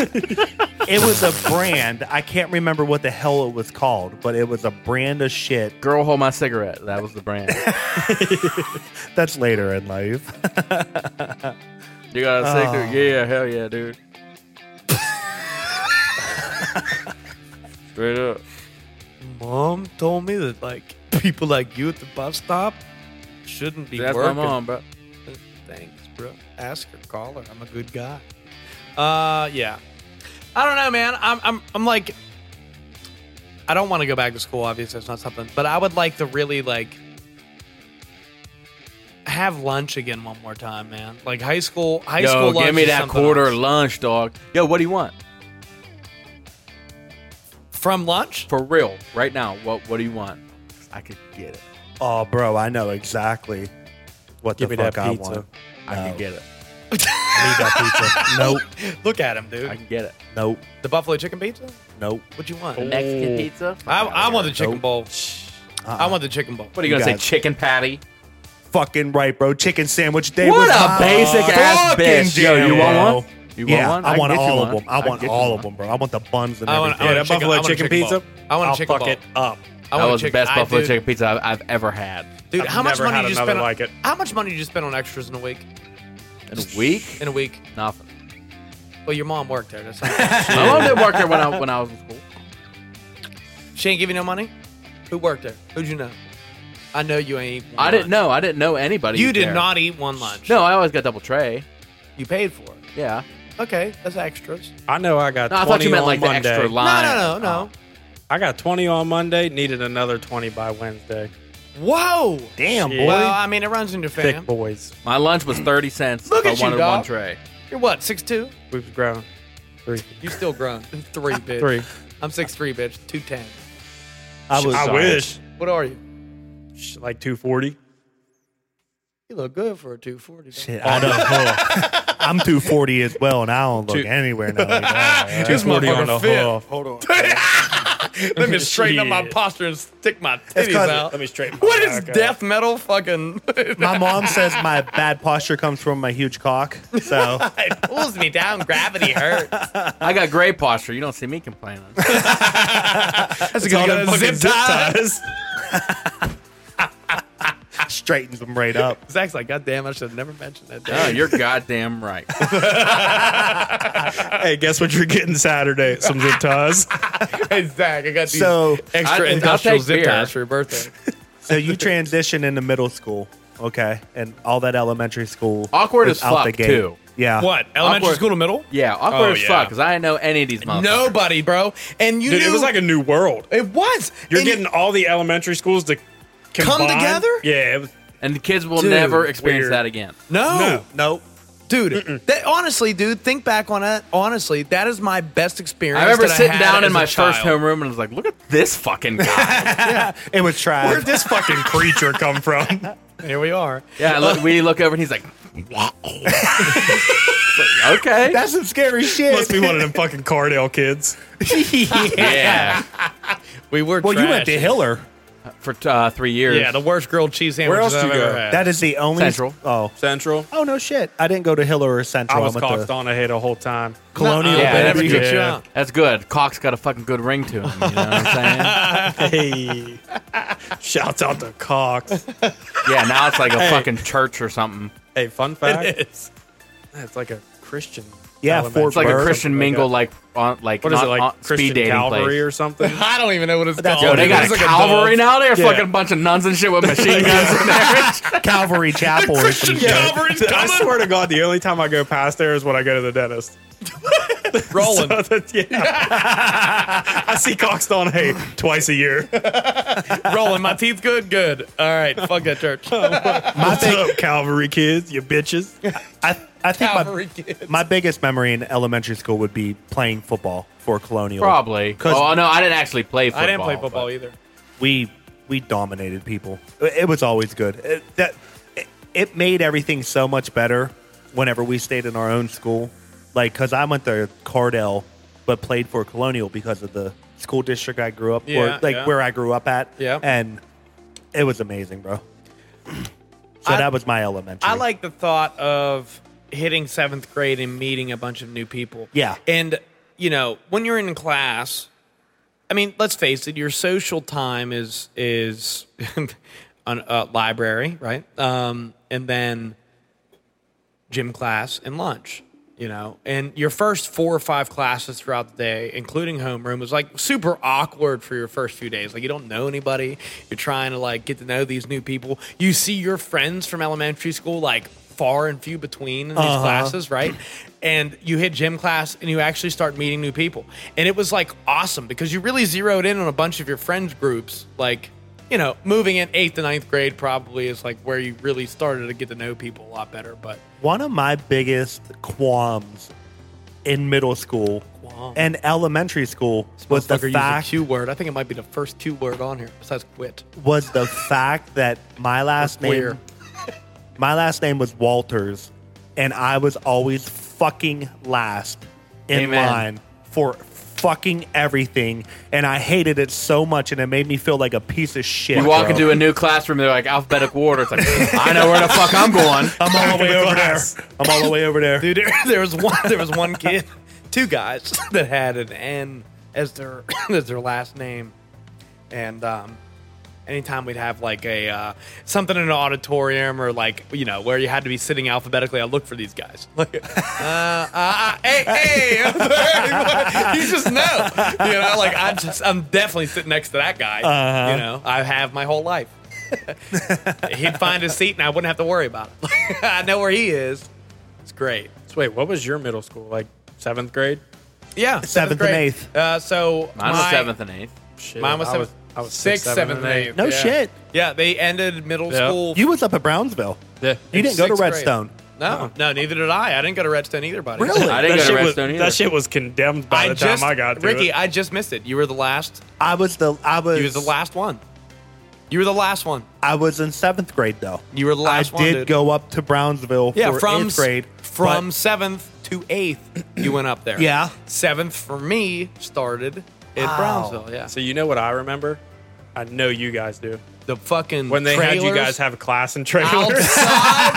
it was a brand. I can't remember what the hell it was called, but it was a brand of shit. Girl, hold my cigarette. That was the brand. That's later in life. [laughs] You got a cigarette? Oh. Yeah, hell yeah, dude. Straight up. Mom told me that like people like you at the bus stop shouldn't be That's working. my mom, bro. Thanks, bro. Ask her, call her. I'm a good guy. Uh, yeah. I don't know, man. I'm, I'm, I'm like, I don't want to go back to school. Obviously, it's not something, but I would like to really like have lunch again one more time, man. Like high school, high school. Yo, lunch give me is that something quarter else. lunch, dog. Yo, what do you want? from lunch. For real, right now, what what do you want? I could get it. Oh, bro, I know exactly what Give the me that fuck I pizza. want. I No. can get it. need that pizza. [laughs] nope, Look at him, dude. I can get it. nope, the buffalo chicken pizza. nope. What you want? Mexican pizza. I, I want the chicken Nope. bowl. Uh-uh. I want the chicken bowl. What are you You gonna say? got it. Chicken patty. fucking right, bro. Chicken sandwich day. What was a hot. basic ass Fucking bitch. Yo, damn, you want bro. one? You yeah, want one? I want can get you all of one. them. I can want get you all one. of them, bro. I want the buns and I want, I want everything. Yeah, a that chicken, buffalo I want a chicken pizza, bowl. I want I'll a chicken fuck bowl. it up. I That want a was the chicken- best I- buffalo dude, chicken pizza I've, I've ever had. Dude, I've how much never money had did you another spend? on- like it. How much money did you spend on extras in a week? In a week? In a week? [laughs] Nothing. Well, your mom worked there. That's not My mom didn't work there when I when I was in [laughs] school. she ain't give you no money. Who worked there? Who'd you know? I know you ain't. eat one I didn't lunch. know. I didn't know anybody. You was did there. not eat one lunch. No, I always got double tray. you paid for it. Yeah. Okay, that's extras. I know I got No, I 20 thought you meant on like Monday. the extra line. No, no, no, no. I got 20 on Monday, needed another 20 by Wednesday. Whoa. Damn, Shit. boy. Well, I mean, it runs in your Thick family. boys. My lunch was thirty cents. Look at if I you, wanted dog. one tray. You're what? Six two? We've grown. Three. You still grown? [laughs] [laughs] Three, bitch. Three. I'm six three, bitch. Two ten. I was. I wish. What are you? Sh- Like 240. You look good for a two forty. Shit, I don't know. [laughs] I'm 240 as well, and I don't look anywhere now. [laughs] Like, oh, This on the hoof. Hold on. Let me straighten up my Shit. posture and stick my It's titties 'cause- out. Let me straighten my What is back up. death metal? Fucking [laughs] my mom says my bad posture comes from my huge cock. So [laughs] it pulls me down. Gravity hurts. I got great posture. You don't see me [laughs] complaining. That's a good Fucking zip tie. [laughs] straightens them right up. Zach's like, God damn, I should have never mentioned that. oh, you're goddamn right. Hey, guess what you're getting Saturday? Some zip ties. hey, [laughs] Zach, I got these [laughs] So extra I- I'll industrial take zip beer. ties for your birthday. So you transition into middle school, okay, and all that elementary school. Awkward is as out fuck, the gate. too. Yeah. What? Elementary Awkward. school to middle? Yeah, awkward Oh, as yeah. fuck because I didn't know any of these motherfuckers. Nobody, bro. And you Dude, knew it was like a new world. it was. You're And you- getting all the elementary schools to Come combine. together? Yeah. It was, and the kids will Dude, never experience weird. that again. no. no. Nope. dude. That honestly, dude, think back on it. Honestly, that is my best experience. I remember that sitting had down as in my a first child. homeroom and I was like, "Look at this fucking [laughs] guy." It was trash. Where'd this fucking creature come from? Here we are. yeah, I look, we look over and he's like, [laughs] It's like, "Okay, That's some scary shit. Must be one of them fucking Cardell kids. yeah." We were. well, you trash. went to Hiller. For uh, three years, Yeah, the worst grilled cheese sandwich Where else I've do you ever go? had. That is the only Central. Oh. Central. Oh no shit! I didn't go to Hiller or I Central. was I went cocked to on ahead the whole time. Colonial. Yeah, They never that's took good. you out. [laughs] that's good. Cox got a fucking good ring to him. You know [laughs] what I'm Hey. Shouts out to Cox. saying? yeah, now it's like a fucking church or something. [laughs] Hey, fun fact. It is. It's like a Christian. Yeah, elementary. Fort It's like a Bird, Christian mingle, like on like What is not it, like on, Christian speed dating Calvary place. or [laughs] something? I don't even know what it's called. Yo, they got It's a like cavalry dog. now. They're Yeah. fucking bunch of nuns and shit with [laughs] machine guns in there. Calvary Chapel. or some shit. Calvary's I swear to God, the only time I go past there is when I go to the [laughs] dentist. Rolling. [laughs] So that- yeah. I see Cox Don Hay twice a [laughs] year. rolling. My teeth good, good. All right, fuck that church. What's up, Calvary kids? You bitches. [laughs] I, I think Calvary kids. my, my biggest memory in elementary school would be playing football for Colonial. Probably. 'Cause- Oh no, I didn't actually play football. I didn't play football but- either. we we dominated people. It it was always good. It, that it, it made everything so much better whenever we stayed in our own school. Like, cause I went to Cardell, but played for Colonial because of the school district I grew up, Yeah, or like yeah. where I grew up at. Yeah. and it was amazing, [clears throat] bro. So I- that was my elementary. I like the thought of hitting seventh grade and meeting a bunch of new people. Yeah. And, you know, when you're in class, I mean, let's face it, your social time is is [laughs] on uh, library, right? Um, and then gym class and lunch, you know. And your first four or five classes throughout the day, including homeroom, was like super awkward for your first few days. Like you don't know anybody. You're trying to like get to know these new people. You see your friends from elementary school like far and few between in these classes, right? And you hit gym class and you actually start meeting new people. And it was like awesome because you really zeroed in on a bunch of your friends groups. Like, you know, moving in eighth to ninth grade probably is like where you really started to get to know people a lot better. But One of my biggest qualms in middle school Qualm. and elementary school was the motherfucker used fact a Q word. I think it might be the first Q word on here besides quit. was the fact that my last name Queer. my last name was Walters and I was always fucking last in Amen. line for fucking everything and I hated it so much and it made me feel like a piece of shit. You walk bro. into a new classroom, they're like alphabetical order. It's like [laughs] I know where the fuck I'm going. I'm all the way [laughs] over there. I'm all the way over there. Dude, there, [laughs] there was one. There was one kid, [laughs] two guys [laughs] that had an N as their [coughs] as their last name, and um, anytime we'd have like a uh, something in an auditorium or like you know where you had to be sitting alphabetically, I look for these guys. [laughs] Like, uh, uh, uh, hey, hey, [laughs] I'm sorry. you just know, you know, like I just I'm definitely sitting next to that guy. You know, I have my whole life. He'd find his seat, and I wouldn't have to worry about it. [laughs] I know where he is. It's great. So wait, what was your middle school? Like seventh grade? Yeah, Seventh and grade. eighth. Uh, so Mine was my, seventh and eighth. Shit, Mine was I seventh. I was sixth, seventh, and eighth. No yeah. shit. Yeah, they ended middle Yeah. school. You was up at Brownsville. Yeah. You didn't go to sixth grade. Redstone. no, no, neither did I. I didn't go to Redstone either, buddy. Really? I didn't That go shit, to was, Redstone either. that shit was condemned by I the just, time I got to Ricky, it. I just missed it. You were the last. I was the I was, You was the last one. You were the last one. I was in seventh grade though. You were the last I one. did dude. go up to Brownsville Yeah, for from eighth grade. from seventh to eighth, you went up there. Yeah. seventh for me started in Brownsville. Yeah, So you know what I remember? I know you guys do. the fucking When they trailers, had you guys have class and [laughs] trailers. outside,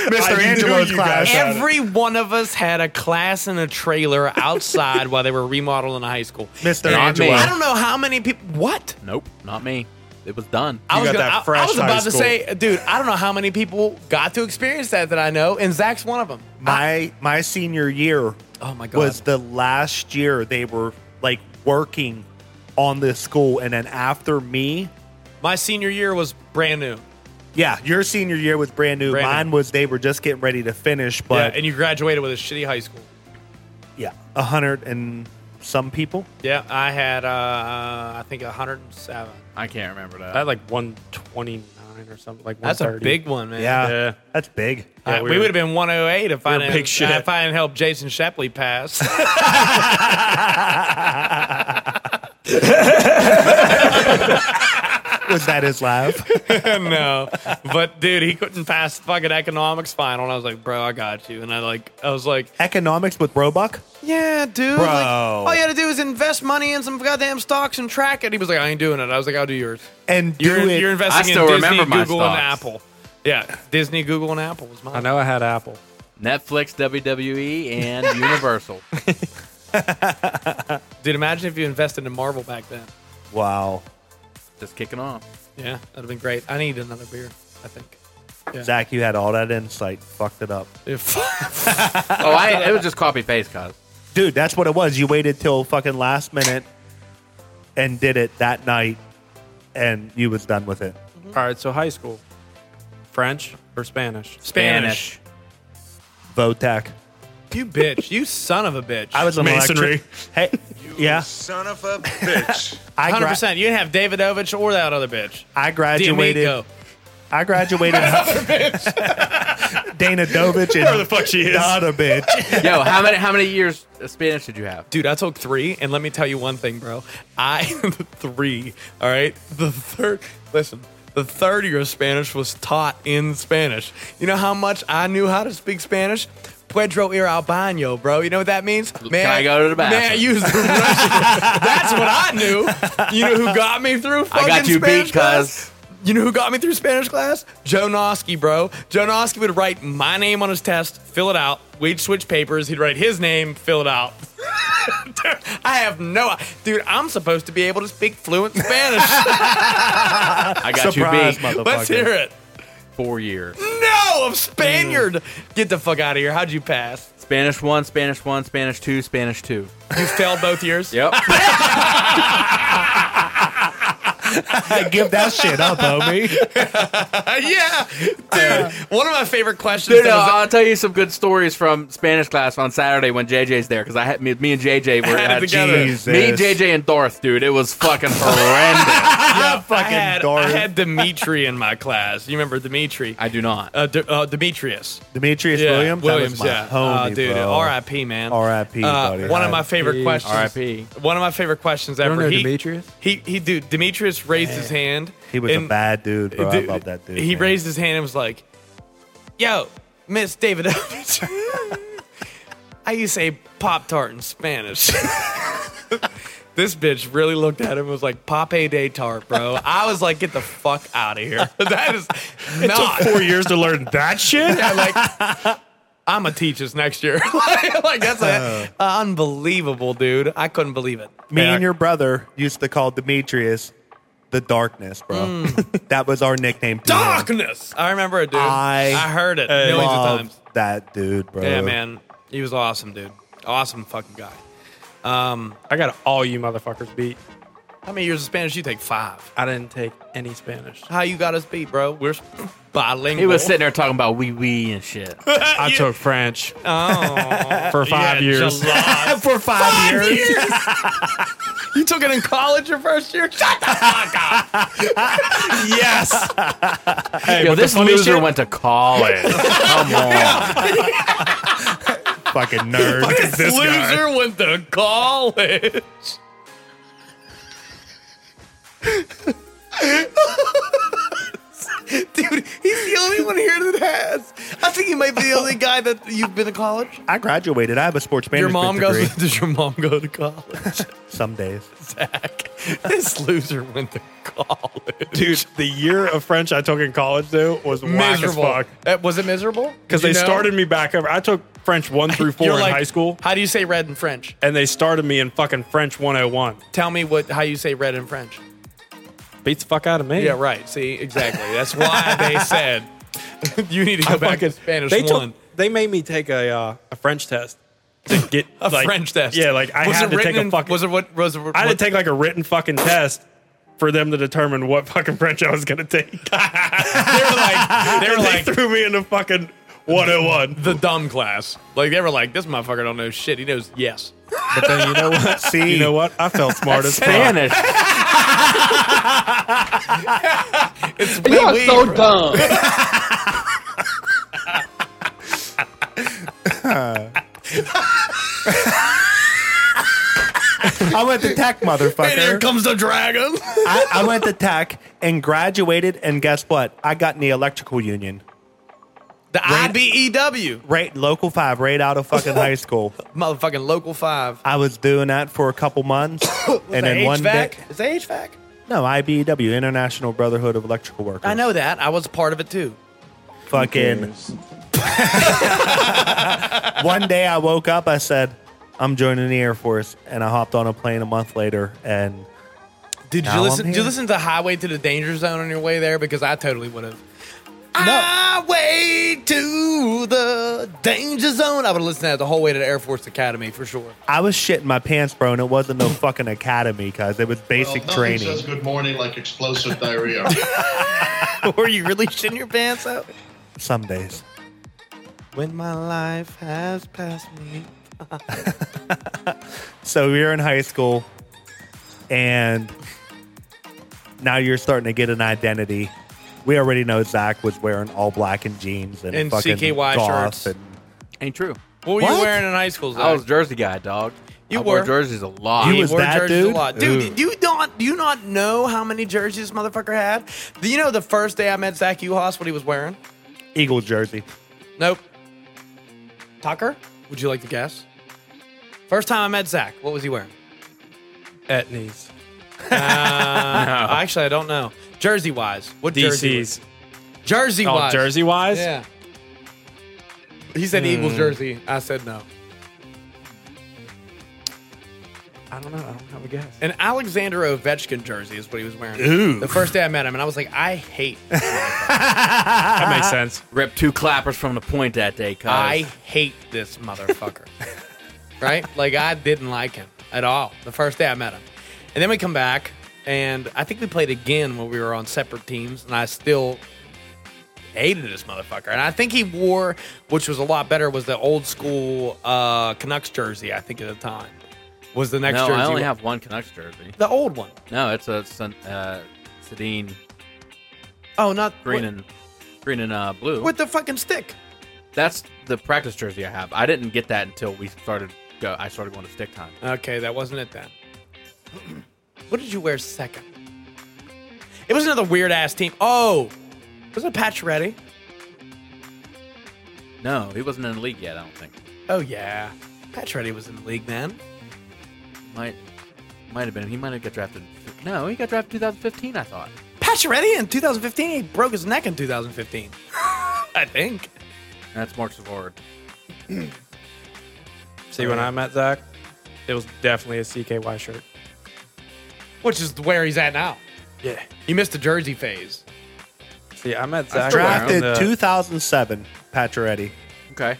bro. but Mr. knew Angelo's you class. guys- outside. Every one of us had a class in a trailer [laughs] outside while they were remodeling a high school. Mr. Not me. Angelo. I don't know how many people. What? Nope, not me. It was done. I was, got gonna- that I- I fresh was high about to school. say, dude, I don't know how many people got to experience that that I know, and Zach's one of them. my my senior year Oh my God. was the last year they were like working on this school and then after me My senior year was brand new. yeah your senior year was brand new Brand new. mine was they were just getting ready to finish yeah, but and you graduated with a shitty high school. yeah a hundred and some people Yeah, I had, uh, I think, 107. I can't remember I that. had like 129 or something. Like That's a 130. big one, man. yeah, Yeah. that's big Uh, we we were- would have been 108 if I were didn't, big shit. if I didn't help Jason Shapley pass. was that his laugh [laughs] [laughs] no, but dude, he couldn't pass the fucking economics final, and I was like, bro, I got you. And I like, I was like, economics with roebuck yeah, dude, Bro. like, all you had to do is invest money in some goddamn stocks and track it. He was like, I ain't doing it. I was like, I'll do yours. and do You're, it you're investing I still in Disney, remember my Google, and stocks. Apple. Yeah, Disney, Google, and Apple was mine. I know I had Apple. Netflix, WWE, and Universal. Dude, imagine if you invested in Marvel back then. wow Just kicking off. Yeah, that'd have been great. I need another beer. I think. zach you had all that insight fucked it up If Oh, I, it was just copy paste, cuz. dude that's what it was you waited till fucking last minute and did it that night and you was done with it All right, so high school. French or Spanish? Spanish. Votac. you bitch, you son of a bitch. I was an Masonry. electric- Hey, [laughs] yeah, Son of a bitch. [laughs] I, hundred gra- percent. You didn't have Davidovich or that other bitch. I graduated. D'Amico. [laughs] I graduated. [laughs] Dana Dovich and the fuck she is. Donna bitch. Yo, how many how many years of Spanish did you have? Dude, I took three, and let me tell you one thing, bro. I [laughs] three. All right, the third. Listen, the third year of Spanish was taught in Spanish. You know how much I knew how to speak Spanish. Pedro ir al baño, bro. You know what that means? Man, I go to the bathroom? Man, use the restroom. [laughs] That's what I knew. You know who got me through? I got fucking you Spanish beat, class? cuz. You know who got me through Spanish class? Joe Nosky, bro. Joe Nosky would write my name on his test, fill it out. We'd switch papers. He'd write his name, fill it out. [laughs] Dude, I have no, dude. I'm supposed to be able to speak fluent [laughs] Spanish. I got Surprise, you beat. motherfucker. Let's hear it. Four years. No, I'm Spaniard. Mm. Get the fuck out of here. How'd you pass? Spanish one, Spanish one, Spanish two, Spanish two. You failed both years. Yep. Give that shit [laughs] up, homie. yeah, dude. One of my favorite questions. Dude, uh, that no, was- I'll tell you some good stories from Spanish class on Saturday when JJ's there because I had me, me and JJ were Had it at together. Jesus. Me, JJ, and Darth, dude. It was [laughs] fucking horrendous. Yeah, I had, Darth. I had Dimitri in my class. You remember Dimitri? I do not. Uh, D- uh, Demetrius. Demetrius Yeah, Williams. Williams, that was my yeah. homie, uh, dude, bro. R.I.P. man. R.I.P., Uh, buddy. one of my R.I.P.. favorite questions. R.I.P.. One of my favorite questions ever. know he, Demetrius? He, he, dude, Demetrius raised his hand. He was a and- bad dude, bro. dude, I love that dude. He man. raised his hand and was like, "Yo, Miss David, [laughs] how you say Pop Tart in Spanish?" [laughs] this bitch really looked at him and was like, "Pape de tart, bro." I was like, "Get the fuck out of here." [laughs] That is not Four years to learn that shit. I'm like, I'm gonna teach this next year. [laughs] like, like, that's a, unbelievable, dude. I couldn't believe it. [laughs] Oh. Me and your brother used to call Demetrius the darkness, bro. Hmm. [laughs] that was our nickname. to him. darkness. I remember it, dude. I heard it millions of Love times. That dude, bro. Yeah, man. He was awesome, dude. Awesome fucking guy. I got all you motherfuckers beat. How many years of Spanish you take? Five. I didn't take any [laughs] Spanish. How you got us beat, bro? We're [laughs] bottling. He was sitting there talking about wee wee and shit. I took French for five years. [laughs] For five, years. you took it in college your first year? Shut the fuck up. [laughs] yes. Yo, this loser went [laughs] to college. Come on. [laughs] Fucking nerd. This loser went to college. [laughs] Dude, he's the only one here that has. I think he might be the only guy that you've been to college. I graduated. I have a sports Your management mom degree. goes. [laughs] Does your mom go to college? [laughs] Some days. Zach, [laughs] this loser went to college. Dude, the year of French I took in college though was whack as miserable. fuck. Uh, Was it miserable? Because Did they you know? started me back over. I took French one [laughs] through four You're in like, high school, How do you say red in French? and they started me in fucking French 101. Tell me what how you say red in French. Beats the fuck out of me. Yeah, right. See, exactly. That's why [laughs] they said you need to go I back fucking- to Spanish they one. Took, they made me take a uh, a French test to get [laughs] a like- French test. Yeah, like I was had it to written take a in- fucking. Was it what? Was it, I had what- to take like a written fucking test for them to determine what fucking French I was gonna [laughs] take. [laughs] They were like, they were they like threw me into fucking 101. the dumb class. Like they were like, this motherfucker don't know shit. He knows yes. But then you know what? See, You know what? I felt smart as fuck. Spanish. It's You're so dumb. I went [laughs] to tech, motherfucker. comes the dragon. I, I went to tech and graduated, and guess what? I got in the electrical union. The E IBEW, Right, local five, right out of [laughs] fucking high school. motherfucking local five. I was doing that for a couple [coughs] months, and then HVAC? one day, Is that HVAC? no, IBEW, International Brotherhood of Electrical Workers. I know that. I was part of it too. fucking. [laughs] One day I woke up, I said, I'm joining the Air Force. And I hopped on a plane a month later. And Did Now you I'm listen? Did you here. listen to Highway to the Danger Zone on your way there? Because I totally would have. Highway to the Danger Zone. I would have listened to that the whole way to the Air Force Academy for sure. I was shitting my pants, bro. And it [laughs] wasn't no fucking academy because it was Well, basic nothing training. says good morning like [laughs] explosive diarrhea. [laughs] Were you really shitting your pants out? Some days. When my life has passed me. [laughs] So we were in high school. And now you're starting to get an identity. We already know Zach was wearing all black and jeans and, And fucking CKY goth shirts. and- [laughs] Ain't true. What were you What? wearing in high school? Zach? I was a Jersey guy, dog. You I wore were. jerseys a lot. You was wore that jerseys dude? a lot. Dude, do you not do you not know how many jerseys this motherfucker had? Do you know the first day I met Zach Uhas what he was wearing? Eagle jersey. Nope. Tucker, would you like to guess? First time I met Zach, what was he wearing? Uh, Etnies. [laughs] Actually, I don't know. Jersey wise, what [laughs] jersey? was- DC's. Jersey Oh, wise. jersey wise? Yeah. He said Hmm. Eagles jersey. I said no. I don't know. I don't have a guess. An Alexander Ovechkin jersey is what he was wearing. Ooh. The first day I met him, and I was like, I hate, That Ah. makes sense. Ripped two clappers from the point that day, cuz. I hate this motherfucker. [laughs] right? Like I didn't like him at all the first day I met him, and then we come back, and I think we played again when we were on separate teams, and I still hated this motherfucker. And I think he wore, which was a lot better, was the old school uh, Canucks jersey. I think at the time was the next no, jersey. I only have one Canucks jersey. the old one. No, it's a Sun- uh, Sedin Oh, not green with, and green and uh, blue. with the fucking stick. That's the practice jersey I have. I didn't get that until we started. Go, I started going to stick time. Okay, that wasn't it then. [clears throat] what did you wear second? It was another weird ass team. Oh, was it Patch Ready? No, he wasn't in the league yet. I don't think. Oh yeah, Patch Ready was in the league then. Might might have been. He might have got drafted. No, he got drafted 2015. I thought. Patch Ready in 2015. He broke his neck in 2015. [laughs] I think. That's March forward. See, when I met Zach, it was definitely a CKY shirt. Which is where he's at now. Yeah. He missed the jersey phase. See, I met Zach. still wear around uh, Drafted the- 2007, Pacioretty. Okay.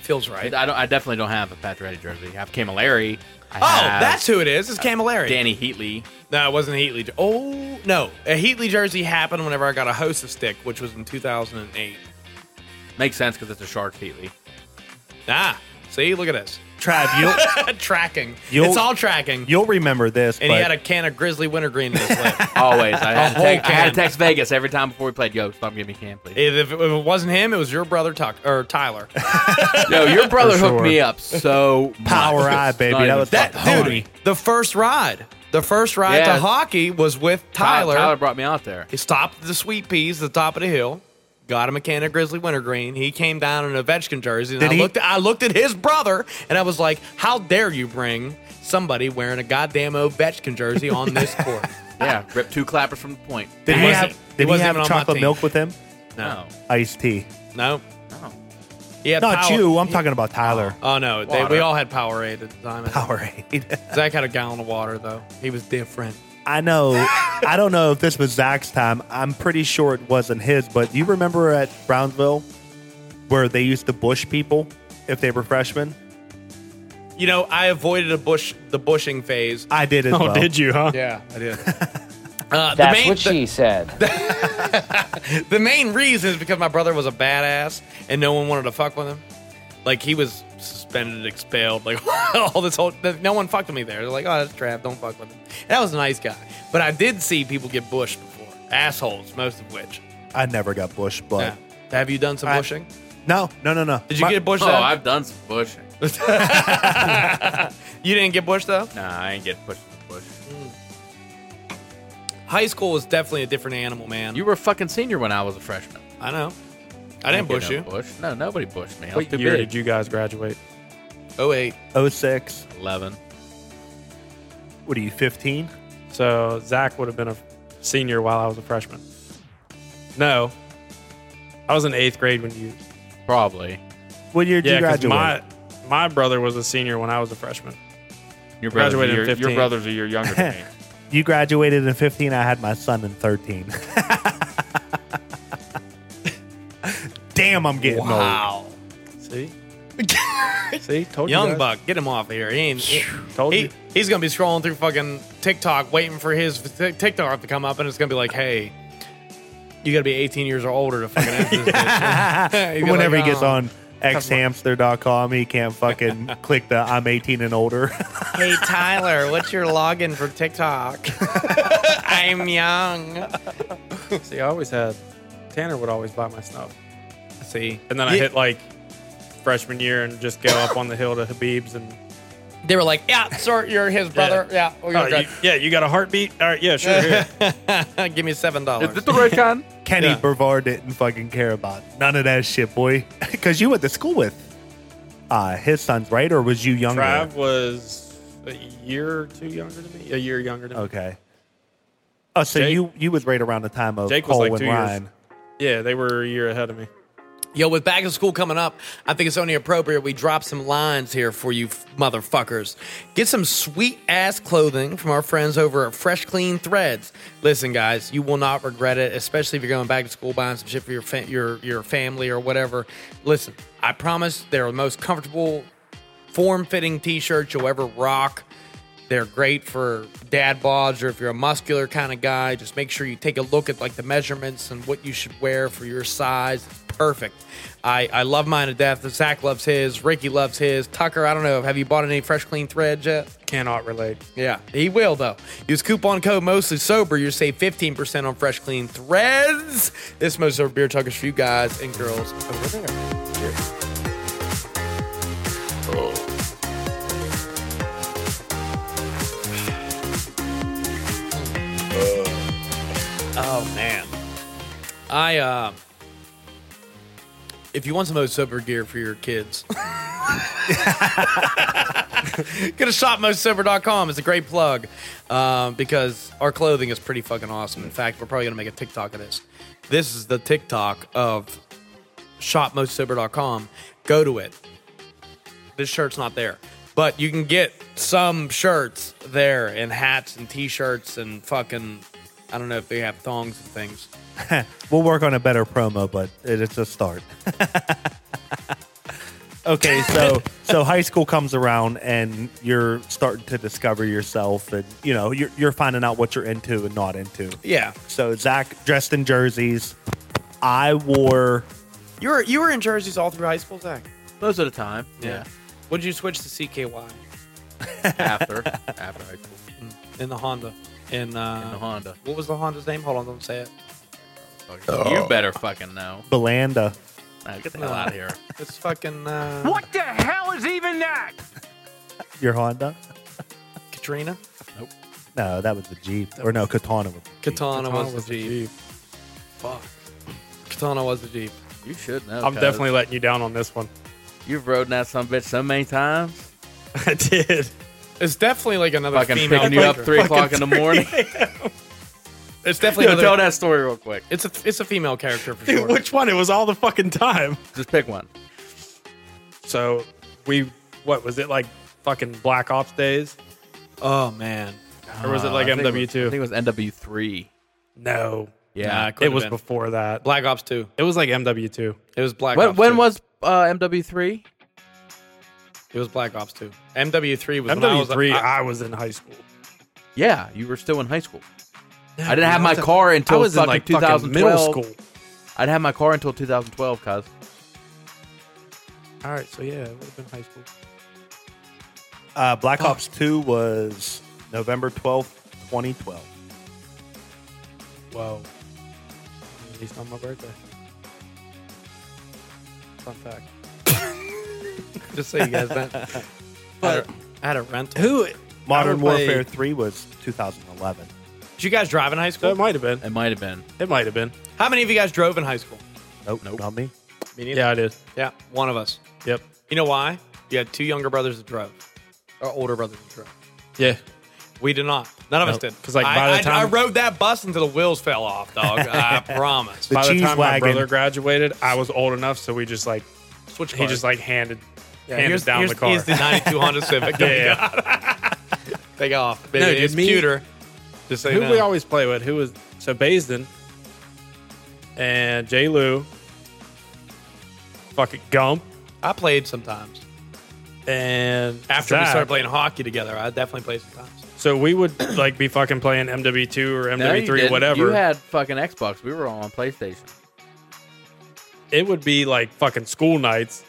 Feels I, right. don't. I definitely don't have a Patrick jersey. I have Camilleri. I oh, that's who it is. Uh, It's Camilleri. Danny Heatley. No, it wasn't a Heatley. jer- Oh, no. A Heatley jersey happened whenever I got a Hosa stick, which was in 2008. Makes sense because it's a Shark [laughs] Heatley. Ah, see? Look at this. [laughs] Trav, you'll tracking. You'll- it's all tracking. you'll remember this. and but he had a can of Grizzly Wintergreen in his lip. [laughs] Always. I had, to whole text, I had can. to text Vegas every time before we played. Yo, stop giving me can, please. if, if it wasn't him, it was your brother Tuck, or [laughs] Tyler. Yo, your brother hooked sure. me up so [laughs] much. Power eye, It's baby. not That even was funny. That dude, the first ride, the first ride Yeah. to hockey was with Tyler. Tyler. Tyler brought me out there. He stopped at the sweet peas at the top of the hill, got him a can of Grizzly Wintergreen. He came down in a Ovechkin jersey, and Did I he- looked. I looked at his brother, and I was like, "How dare you bring somebody wearing a goddamn Ovechkin jersey on [laughs] this court?" Yeah, ripped two clappers from the point. Did he Wasn't- have? he Did he wasn't have even on my chocolate team. milk with him? No. Iced tea. No, No. yeah, Not you. I'm talking about Tyler. [laughs] Oh no, they, we Water. all had Powerade at the time. I think. Powerade. Zach had a gallon of water though. He was different. I know. I don't know if this was Zach's time. I'm pretty sure it wasn't his. But you remember at Brownsville where they used to bush people if they were freshmen? You know, I avoided a bush, the bushing phase. I did as Oh, well. did you, huh? Yeah, [laughs] I did. Uh, the, That's main, what the, she said. [laughs] the main reason is because my brother was a badass and no one wanted to fuck with him. Like he was suspended, expelled, like [laughs] all this whole. No one fucked with me there. They're like, oh, that's trap. Don't fuck with him. And that was a nice guy, but I did see people get bushed before, assholes, most of which. I never got bush, but Yeah. Have you done some I- bushing? no, no, no, no. Did you My- get bushed? Oh, though? I've done some bushing. you didn't get bushed though. Nah, I ain't get pushed in the bush. High school was definitely a different animal, man. You were a fucking senior when I was a freshman. I know. I didn't get bush no you. Bush. No, nobody bushed me. I was What too year big. did you guys graduate? Oh wait. 06. 11. What are you, 15? So Zach would have been a senior while I was a freshman. No, I was in eighth grade when you. Probably. What year did Yeah, you 'cause graduate? my my brother was a senior when I was a freshman. Your brother's a Graduated in year, your 15. brother's a year younger [laughs] than me. you graduated in 15. I had my son in 13. [laughs] Damn, I'm getting old. Wow. See, [laughs] see, told you, Young guys. Buck, get him off of here. He ain't. he- told he- you. he's gonna be scrolling through fucking TikTok, waiting for his t- TikTok to come up, and it's gonna be like, "Hey, you gotta be 18 years or older to fucking." Enter [laughs] this bitch." He'd be Whenever like, he gets "Oh." on xhamster.com, he [laughs] can't fucking click the I'm 18 and older. [laughs] Hey Tyler, what's your login for [laughs] TikTok? I'm young. See, I always had Tanner would always buy my snuff, See, and then I Yeah. hit like freshman year and just go up on the hill to Habib's [laughs] and. They were like, "Yeah, sir, you're his brother. Yeah, we're Oh, gonna you, yeah, you got a heartbeat? All right, yeah, sure. [laughs] here. grab- [laughs] give me seven Is dollars." this the [laughs] right kind? Kenny Yeah. Brevard didn't fucking care about none of that shit, boy. [laughs] Because you went to school with uh, his sons, right? Or was you younger? Trav was a year or two younger than me. A year younger than me. Okay. Oh, so Jake- you you was right around the time of Jake was Cole like and two years. Ryan. Yeah, they were a year ahead of me. Yo, with back to school coming up, I think it's only appropriate we drop some lines here for you f- motherfuckers. Get some sweet ass clothing from our friends over at Fresh Clean Threads. Listen, guys, you will not regret it, especially if you're going back to school buying some shit for your fa- your your family or whatever. Listen, I promise they're the most comfortable, form fitting t shirts you'll ever rock. They're great for dad bods or if you're a muscular kind of guy, just make sure you take a look at like the measurements and what you should wear for your size. It's perfect. I, I love mine to death. Zach loves his. Ricky loves his. Tucker, I don't know. Have you bought any fresh clean threads yet? Cannot relate. Yeah, he will though. Use coupon code mostly sober. You save fifteen percent on fresh clean threads. This mostly sober beer talk is for you guys and girls over there. Cheers. Oh man, I uh, if you want some most sober gear for your kids. [laughs] Go to shopmostsober.com. It's a great plug um, because our clothing is pretty fucking awesome. In fact, we're probably going to make a TikTok of this. This is the TikTok of shopmostsober.com. Go to it. This shirt's not there, but you can get some shirts there and hats and t shirts and fucking, I don't know if they have thongs and things. We'll work on a better promo, but it- it's a start. [laughs] okay, so so high school comes around and you're starting to discover yourself, and you know you're, you're finding out what you're into and not into. Yeah. So Zach dressed in jerseys. I wore You were, you were in jerseys all through high school, Zach. Most of the time. Yeah. What did you switch to CKY? After. After high school. In the Honda. In, uh, In the Honda. What was the Honda's name? Hold on, don't say it. You better fucking know. Belanda. Now get the hell out of here. It's fucking uh, the hell is even that? Your Honda? Katrina. No, that was the Jeep. Or no, Katana was. Katana, was, the Jeep. Fuck. Katana was the Jeep. You should know. I'm cuz. definitely letting you down on this one. [laughs] You've rode that some bitch so many times. I did. It's definitely like another Fucking female. picking you up Ranger. three o'clock in the [laughs] morning. It's definitely Yo, another, tell that story real quick. It's a it's a female character for Dude, sure. which one? It was all the fucking time. Just pick one. So we, what was it like? Fucking Black Ops days, oh man. or was it like Uh, I think it was- I MW2? think it was NW3. no, Nah, Yeah. could've it was been. before that. Black Ops Two. It was like MW2. It was Black. When, Ops when 2. was uh, MW3? it was Black Ops Two? MW Three was when I was- MW3. I- I was in high school. Yeah, you were still in high school. I dude, didn't have I my was in- car I until was in fucking like fucking 2012. middle school. I didn't have my car until 2012, cuz. All right, so yeah, it would have been high school. Uh, Black Ops 2 was November 12th, 2012. Whoa. At least on my birthday. Fun fact. just so you guys know. But- I had a rental. Who? Modern I would play- Warfare 3 was 2011. Did you guys drive in high So school? it might have been. It might have been. It might have been. How many of you guys drove in high school? Nope, nope. not me. Yeah, I did. Yeah, one of us. Yep. You know why? You had two younger brothers that drove, or older brothers that drove. Yeah. We did not. None of us No, did. 'cause, like, I- by the I, I time- rode that bus until the wheels fell off, [laughs] dog. I promise. The By the cheese time my wagon. brother graduated, I was old enough, so we just like Switch he just like handed handed here's, down here's, the car. Here's the 92 [laughs] Honda Civic. yeah, yeah. Take off. No, Baby, dude, it's me- cuter. Just uh, so you who know. we always play with, who was so Baisden and J. Lou, fucking Gump, I played sometimes. and After we Zach. started playing hockey together, I definitely played sometimes. So we would like be fucking playing MW2 or No, you MW3, didn't. whatever. You had fucking Xbox. We were all on PlayStation. it would be like fucking school nights,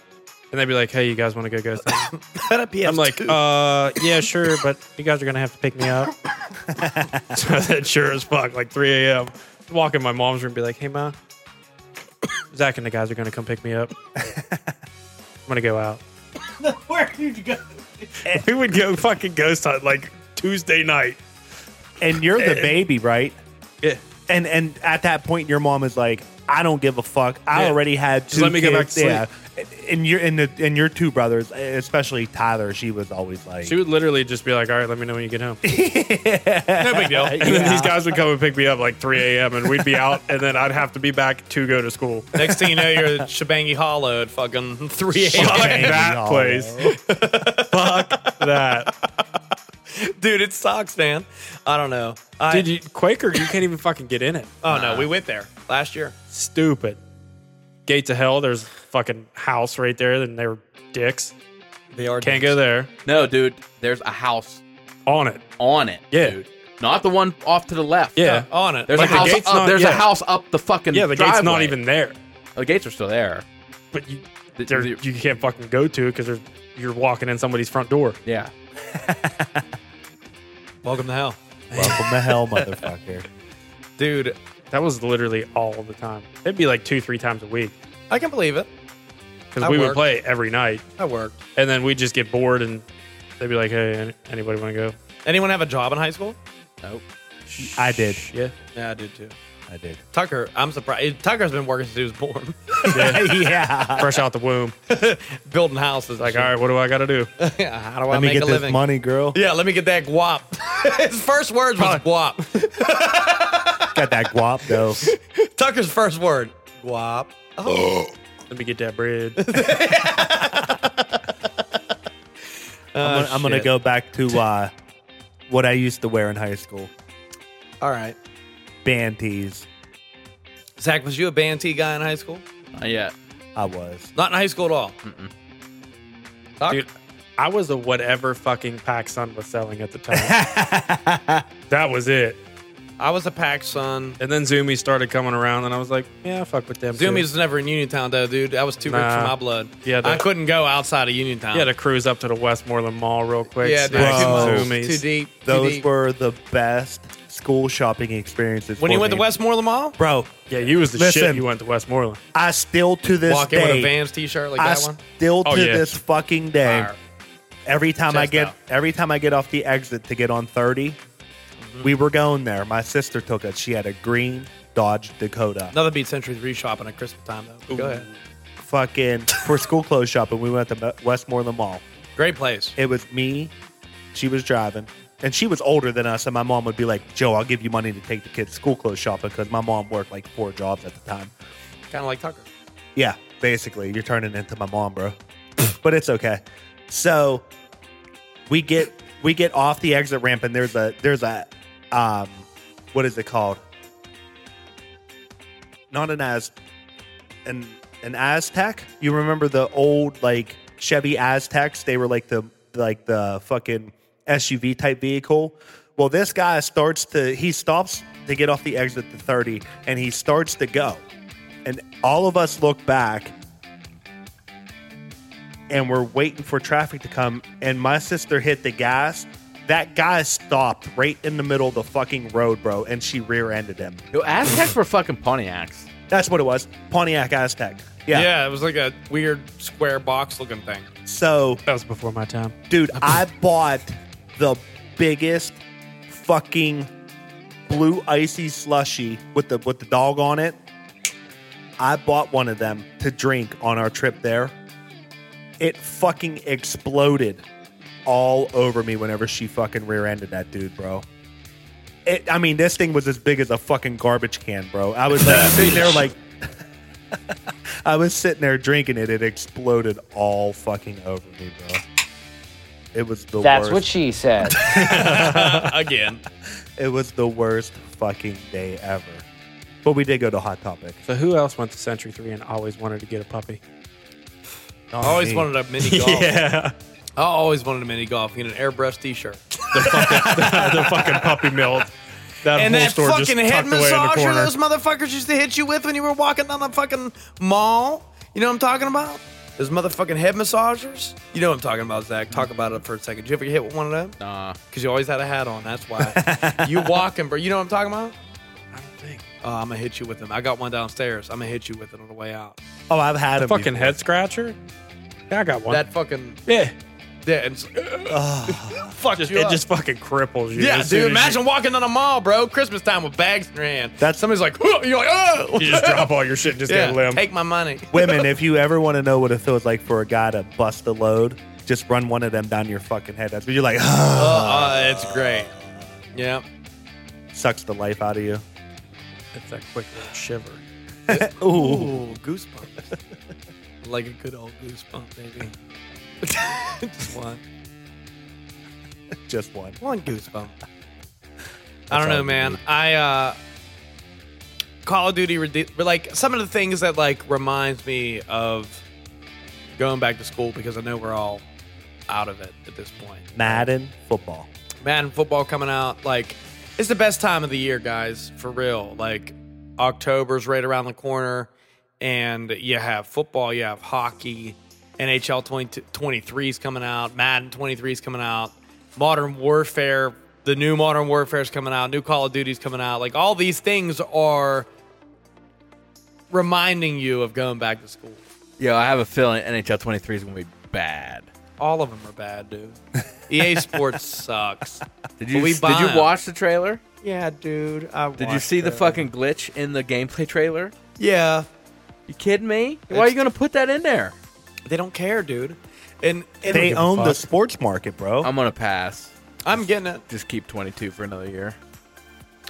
and they'd be like, "Hey, you guys want to go go?" something?" I'm like, "Uh, yeah, sure, but you guys are gonna have to pick me up." so [laughs] I said, "Sure as fuck." Like 3 a.m. Walk in my mom's room, be like, "Hey, ma, Zach and the guys are gonna come pick me up. I'm gonna go out." Where did you go? [laughs] we would go fucking ghost hunt like Tuesday night. And you're the baby, right? Yeah. And and at that point, your mom is like, "I don't give a fuck. I Yeah. already had Just two let me go back kids." to sleep. Yeah. And your and the and your two brothers, especially Tyler, she was always like, She would literally just be like, "All right, let me know when you get home." No big [laughs] deal. And then these guys would come and pick me up like 3 a.m. and we'd be out, and then I'd have to be back to go to [laughs] school. Next thing you know, you're at Shabangy Hollow at fucking 3 [laughs] Fuck a.m. that no. place. Fuck that. Dude, it sucks, man. I don't know. I, Dude, you, Quaker, you can't even fucking get in it. oh, no. We went there last year. Stupid. Gate to hell, there's fucking house right there, and they were dicks. They are Can't go there. No, dude, there's a house on it. on it. Yeah. dude. Not the one off to the left. Yeah. on it. There's Like a the house gate's up. not- there's a yeah. house up the fucking. Yeah, the gate's not driveway. even there, The gates are still there. but you The- there, the- you can't fucking go to it because you're walking in somebody's front door. yeah. Welcome to hell, Welcome to [laughs] hell, motherfucker. dude. That was literally all the time. It'd be like two, three times a week I can believe it. because That we would worked. play every night, That worked. and then we'd just get bored, and they'd be like, "Hey, any- anybody want to go?" Anyone have a job in high school? I did. Yeah, Yeah, I did too. I did. [laughs] Tucker, I'm surprised. Tucker's been working since he was born, [laughs] yeah. fresh out the womb. building houses. Like, all right, what do I got to do? Yeah, how do I Let me make get a this living? money, girl. Yeah, let me get that guap. [laughs] His first word was guap. Got that guap [laughs] though. Tucker's first word, guap. Let me get that bread. [laughs] Oh, I'm, gonna, I'm gonna shit. go back to uh, what I used to wear in high school: All right. band tees. Zach, was you a band tee guy in high school? Not yet. I was. Not in high school at all. Tuck? Dude, I was a whatever fucking pack sun was selling at [laughs] the time. that was it. I was a pack son. And then Zoomies started coming around, and I was like, yeah, I fuck with them. too." Zoomies was never in Uniontown though, dude. I was too rich Nah. for my blood. Yeah, the- I couldn't go outside of Uniontown. You had to cruise up to the Westmoreland Mall real quick. yeah, dude. smack Bro. some Too much. Zoomies. Too deep. Too Those deep. were the best school shopping experiences. when for you went me. to Westmoreland Mall, bro, Yeah, you was the shit. Listen. You went to Westmoreland. I still to this walk in with day. a Vans T-shirt like I that one. still Oh, to yeah. this fucking day. Fire. Every time I Chest get out. every time I get off the exit to get on 30, Mm-hmm. we were going there. My sister took us. She had a green Dodge Dakota. Another Beat Century three shopping at Christmas time though. Go ahead. Fucking for school clothes shopping, we went to Me- Westmoreland Mall. Great place. It was me. She was driving, and she was older than us. And my mom would be like, "Joe, I'll give you money to take the kids school clothes shopping," because my mom worked like four jobs at the time. Kind of like Tucker. Yeah, basically, you're turning into my mom, bro. [laughs] but it's okay. So we get we get off the exit ramp, and there's a there's a um, what is it called? Not an Az, an an Aztec. You remember the old like Chevy Aztecs? They were like the like the fucking SUV type vehicle. Well, this guy starts to he stops to get off the exit to thirty, and he starts to go and all of us look back and we're waiting for traffic to come and my sister hit the gas that guy stopped right in the middle of the fucking road bro and she rear-ended him Yo, Aztecs were fucking Pontiacs. that's what it was pontiac aztec yeah, it was like a weird square box looking thing. so That was before my time. dude i bought the biggest fucking blue icy slushy with the with the dog on it i bought one of them to drink on our trip there it fucking exploded all over me whenever she fucking rear-ended that dude bro it, i mean this thing was as big as a fucking garbage can bro i was like sitting there like [laughs] i was sitting there drinking it it exploded all fucking over me bro it was the worst. she said. [laughs] Again. It was the worst fucking day ever. But we did go to Hot Topic. So who else went to Century 3 and always wanted to get a [laughs] puppy? Not I always me. wanted a mini [laughs] golf. Yeah. I always wanted a mini golf. You know, an airbrush T-shirt. the fucking puppy milt. That and whole that store fucking just head tucked away in the massager corner. those motherfuckers used to hit you with when you were walking down the fucking mall. You know what I'm talking about? Those motherfucking head massagers. You know what I'm talking about, Zach. Talk about it for a second. Did you ever get hit with one of them? Nah. Because you always had a hat on. That's [laughs] why. you walking, bro. You know what I'm talking about? I don't think. Oh, I'm gonna hit you with them. I got one downstairs. I'm gonna hit you with it on the way out. Oh, I've had a Fucking head scratcher? Yeah, I got one. That fucking yeah. yeah. And it's, fuck Just, you it up. just fucking cripples you. yeah, as soon dude. as Imagine walking down a mall, bro. Christmas time with bags in your hand. That's- somebody's like, [laughs] "Huh," you're like, oh, You, you just drop all your shit and just yeah, get a limb. Take my money. Women, if you ever want to know what it feels like for a guy to bust a load, just run one of them down your fucking head. That's what you're like, Uh, uh, it's great. Yeah. sucks the life out of you. It's that quick little shiver. Ooh. Ooh, goosebumps. like a good old goosebump, baby. Just one. Just one. One goosebump. I don't all know, you man. need. I uh Call of Duty rede- like some of the things that like reminds me of going back to school because I know we're all out of it at this point. Madden football. Madden football coming out. Like, it's the best time of the year, guys, for real. Like, October's right around the corner, and you have football, you have hockey, NHL 20, 23 is coming out, Madden 23 is coming out, Modern Warfare, the new Modern Warfare is coming out, new Call of Duty's coming out. Like, all these things are reminding you of going back to school. Yo, I have a feeling NHL 23 is going to be bad. All of them are bad, dude. [laughs] EA Sports sucks. Did Well, you we did buy you 'em. watch the trailer? Yeah, dude. I Did you see the fucking glitch in the gameplay trailer? Yeah, You kidding me? Why are you going to put that in there? they don't care, dude. And, and They a own the fuck. sports market, bro. I'm going to pass. I'm getting it. Just keep 22 for another year.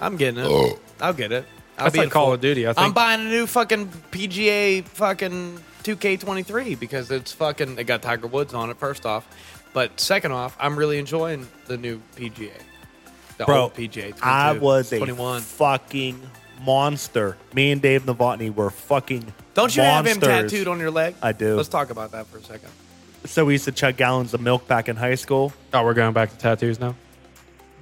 I'm getting it. I'll get it. I'll That's be like a Call full- of Duty. I I'm think buying a new fucking PGA fucking 2K23 because it's fucking it got Tiger Woods on it first off, but second off, I'm really enjoying the new PGA. The bro, old PGA. 22, I was a 21. fucking monster. Me and Dave Novotny were fucking Don't you have him monsters. tattooed on your leg? I do. Let's talk about that for a second. So we used to chug gallons of milk back in high school. oh, we're going back to tattoos now.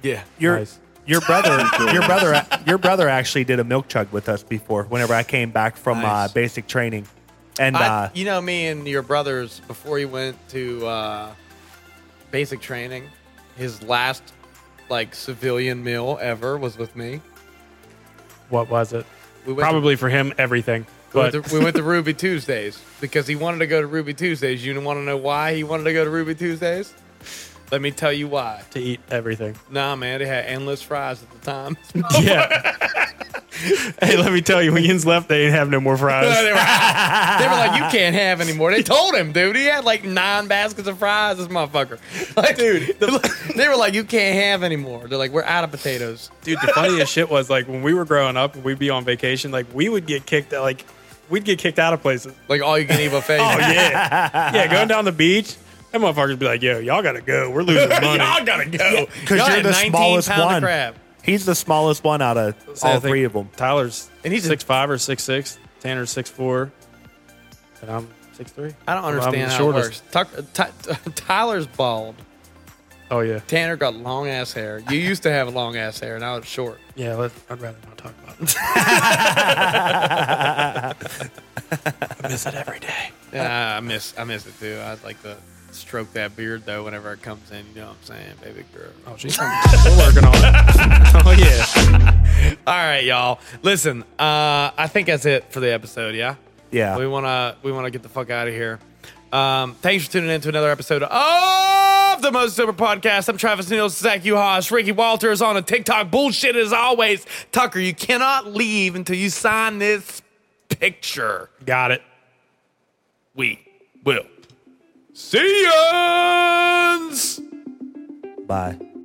Yeah. Your Nice. your brother your brother your brother actually did a milk chug with us before. Whenever I came back from Nice. uh, basic training, and I, uh, [laughs] you know me and your brothers before he went to uh, basic training his last like civilian meal ever was with me What was it? we went, Probably for him, everything. to, we, But went to, we went to ruby tuesdays because he wanted to go to ruby tuesdays you want to know why he wanted to go to ruby tuesdays let me tell you why to eat [laughs] everything. nah man they had endless fries at the time [laughs] Yeah. hey, let me tell you, when Yin's left, they ain't have no more they, fries. were, out. They were like you can't have anymore they told him dude he had like nine baskets of fries this motherfucker [laughs] like dude [laughs] they were like you can't have anymore they're like we're out of potatoes [laughs] Dude, the funniest shit was like when we were growing up, and we'd be on vacation, like we would get kicked out, like we'd get kicked out of places. Like all you can eat buffet. Oh yeah, yeah. Going down the beach, that motherfuckers be like, "Yo, y'all gotta go. We're [laughs] losing money." y'all gotta go. because Y'all you're had the 19 smallest pound of one. crab. He's the smallest one out of So I all think three of them. Tyler's And he's a- six five or six six. Tanner's six four, and I'm six three. I don't I'm understand the how shortest. it works. Tuck, t- t- [laughs] Tyler's bald. Oh yeah, Tanner got long ass hair. You used to have long ass hair. Now it's short. yeah. Let, I'd rather not talk about it. I miss it every day. Yeah, I miss I miss it too. I'd like to stroke that beard though whenever it comes in. You know what I'm saying, baby girl. Oh, she's still working on it. Oh yeah. [laughs] All right, y'all. Listen, uh, I think that's it for the episode. Yeah. Yeah. We wanna we wanna get the fuck out of here. Um, thanks for tuning in to another episode of the Most Sober Podcast. I'm Travis Neal, Zach Uhas, Ricky Walters on a TikTok bullshit as always. Tucker, you cannot leave until you sign this picture. Got it. We will see you. Bye.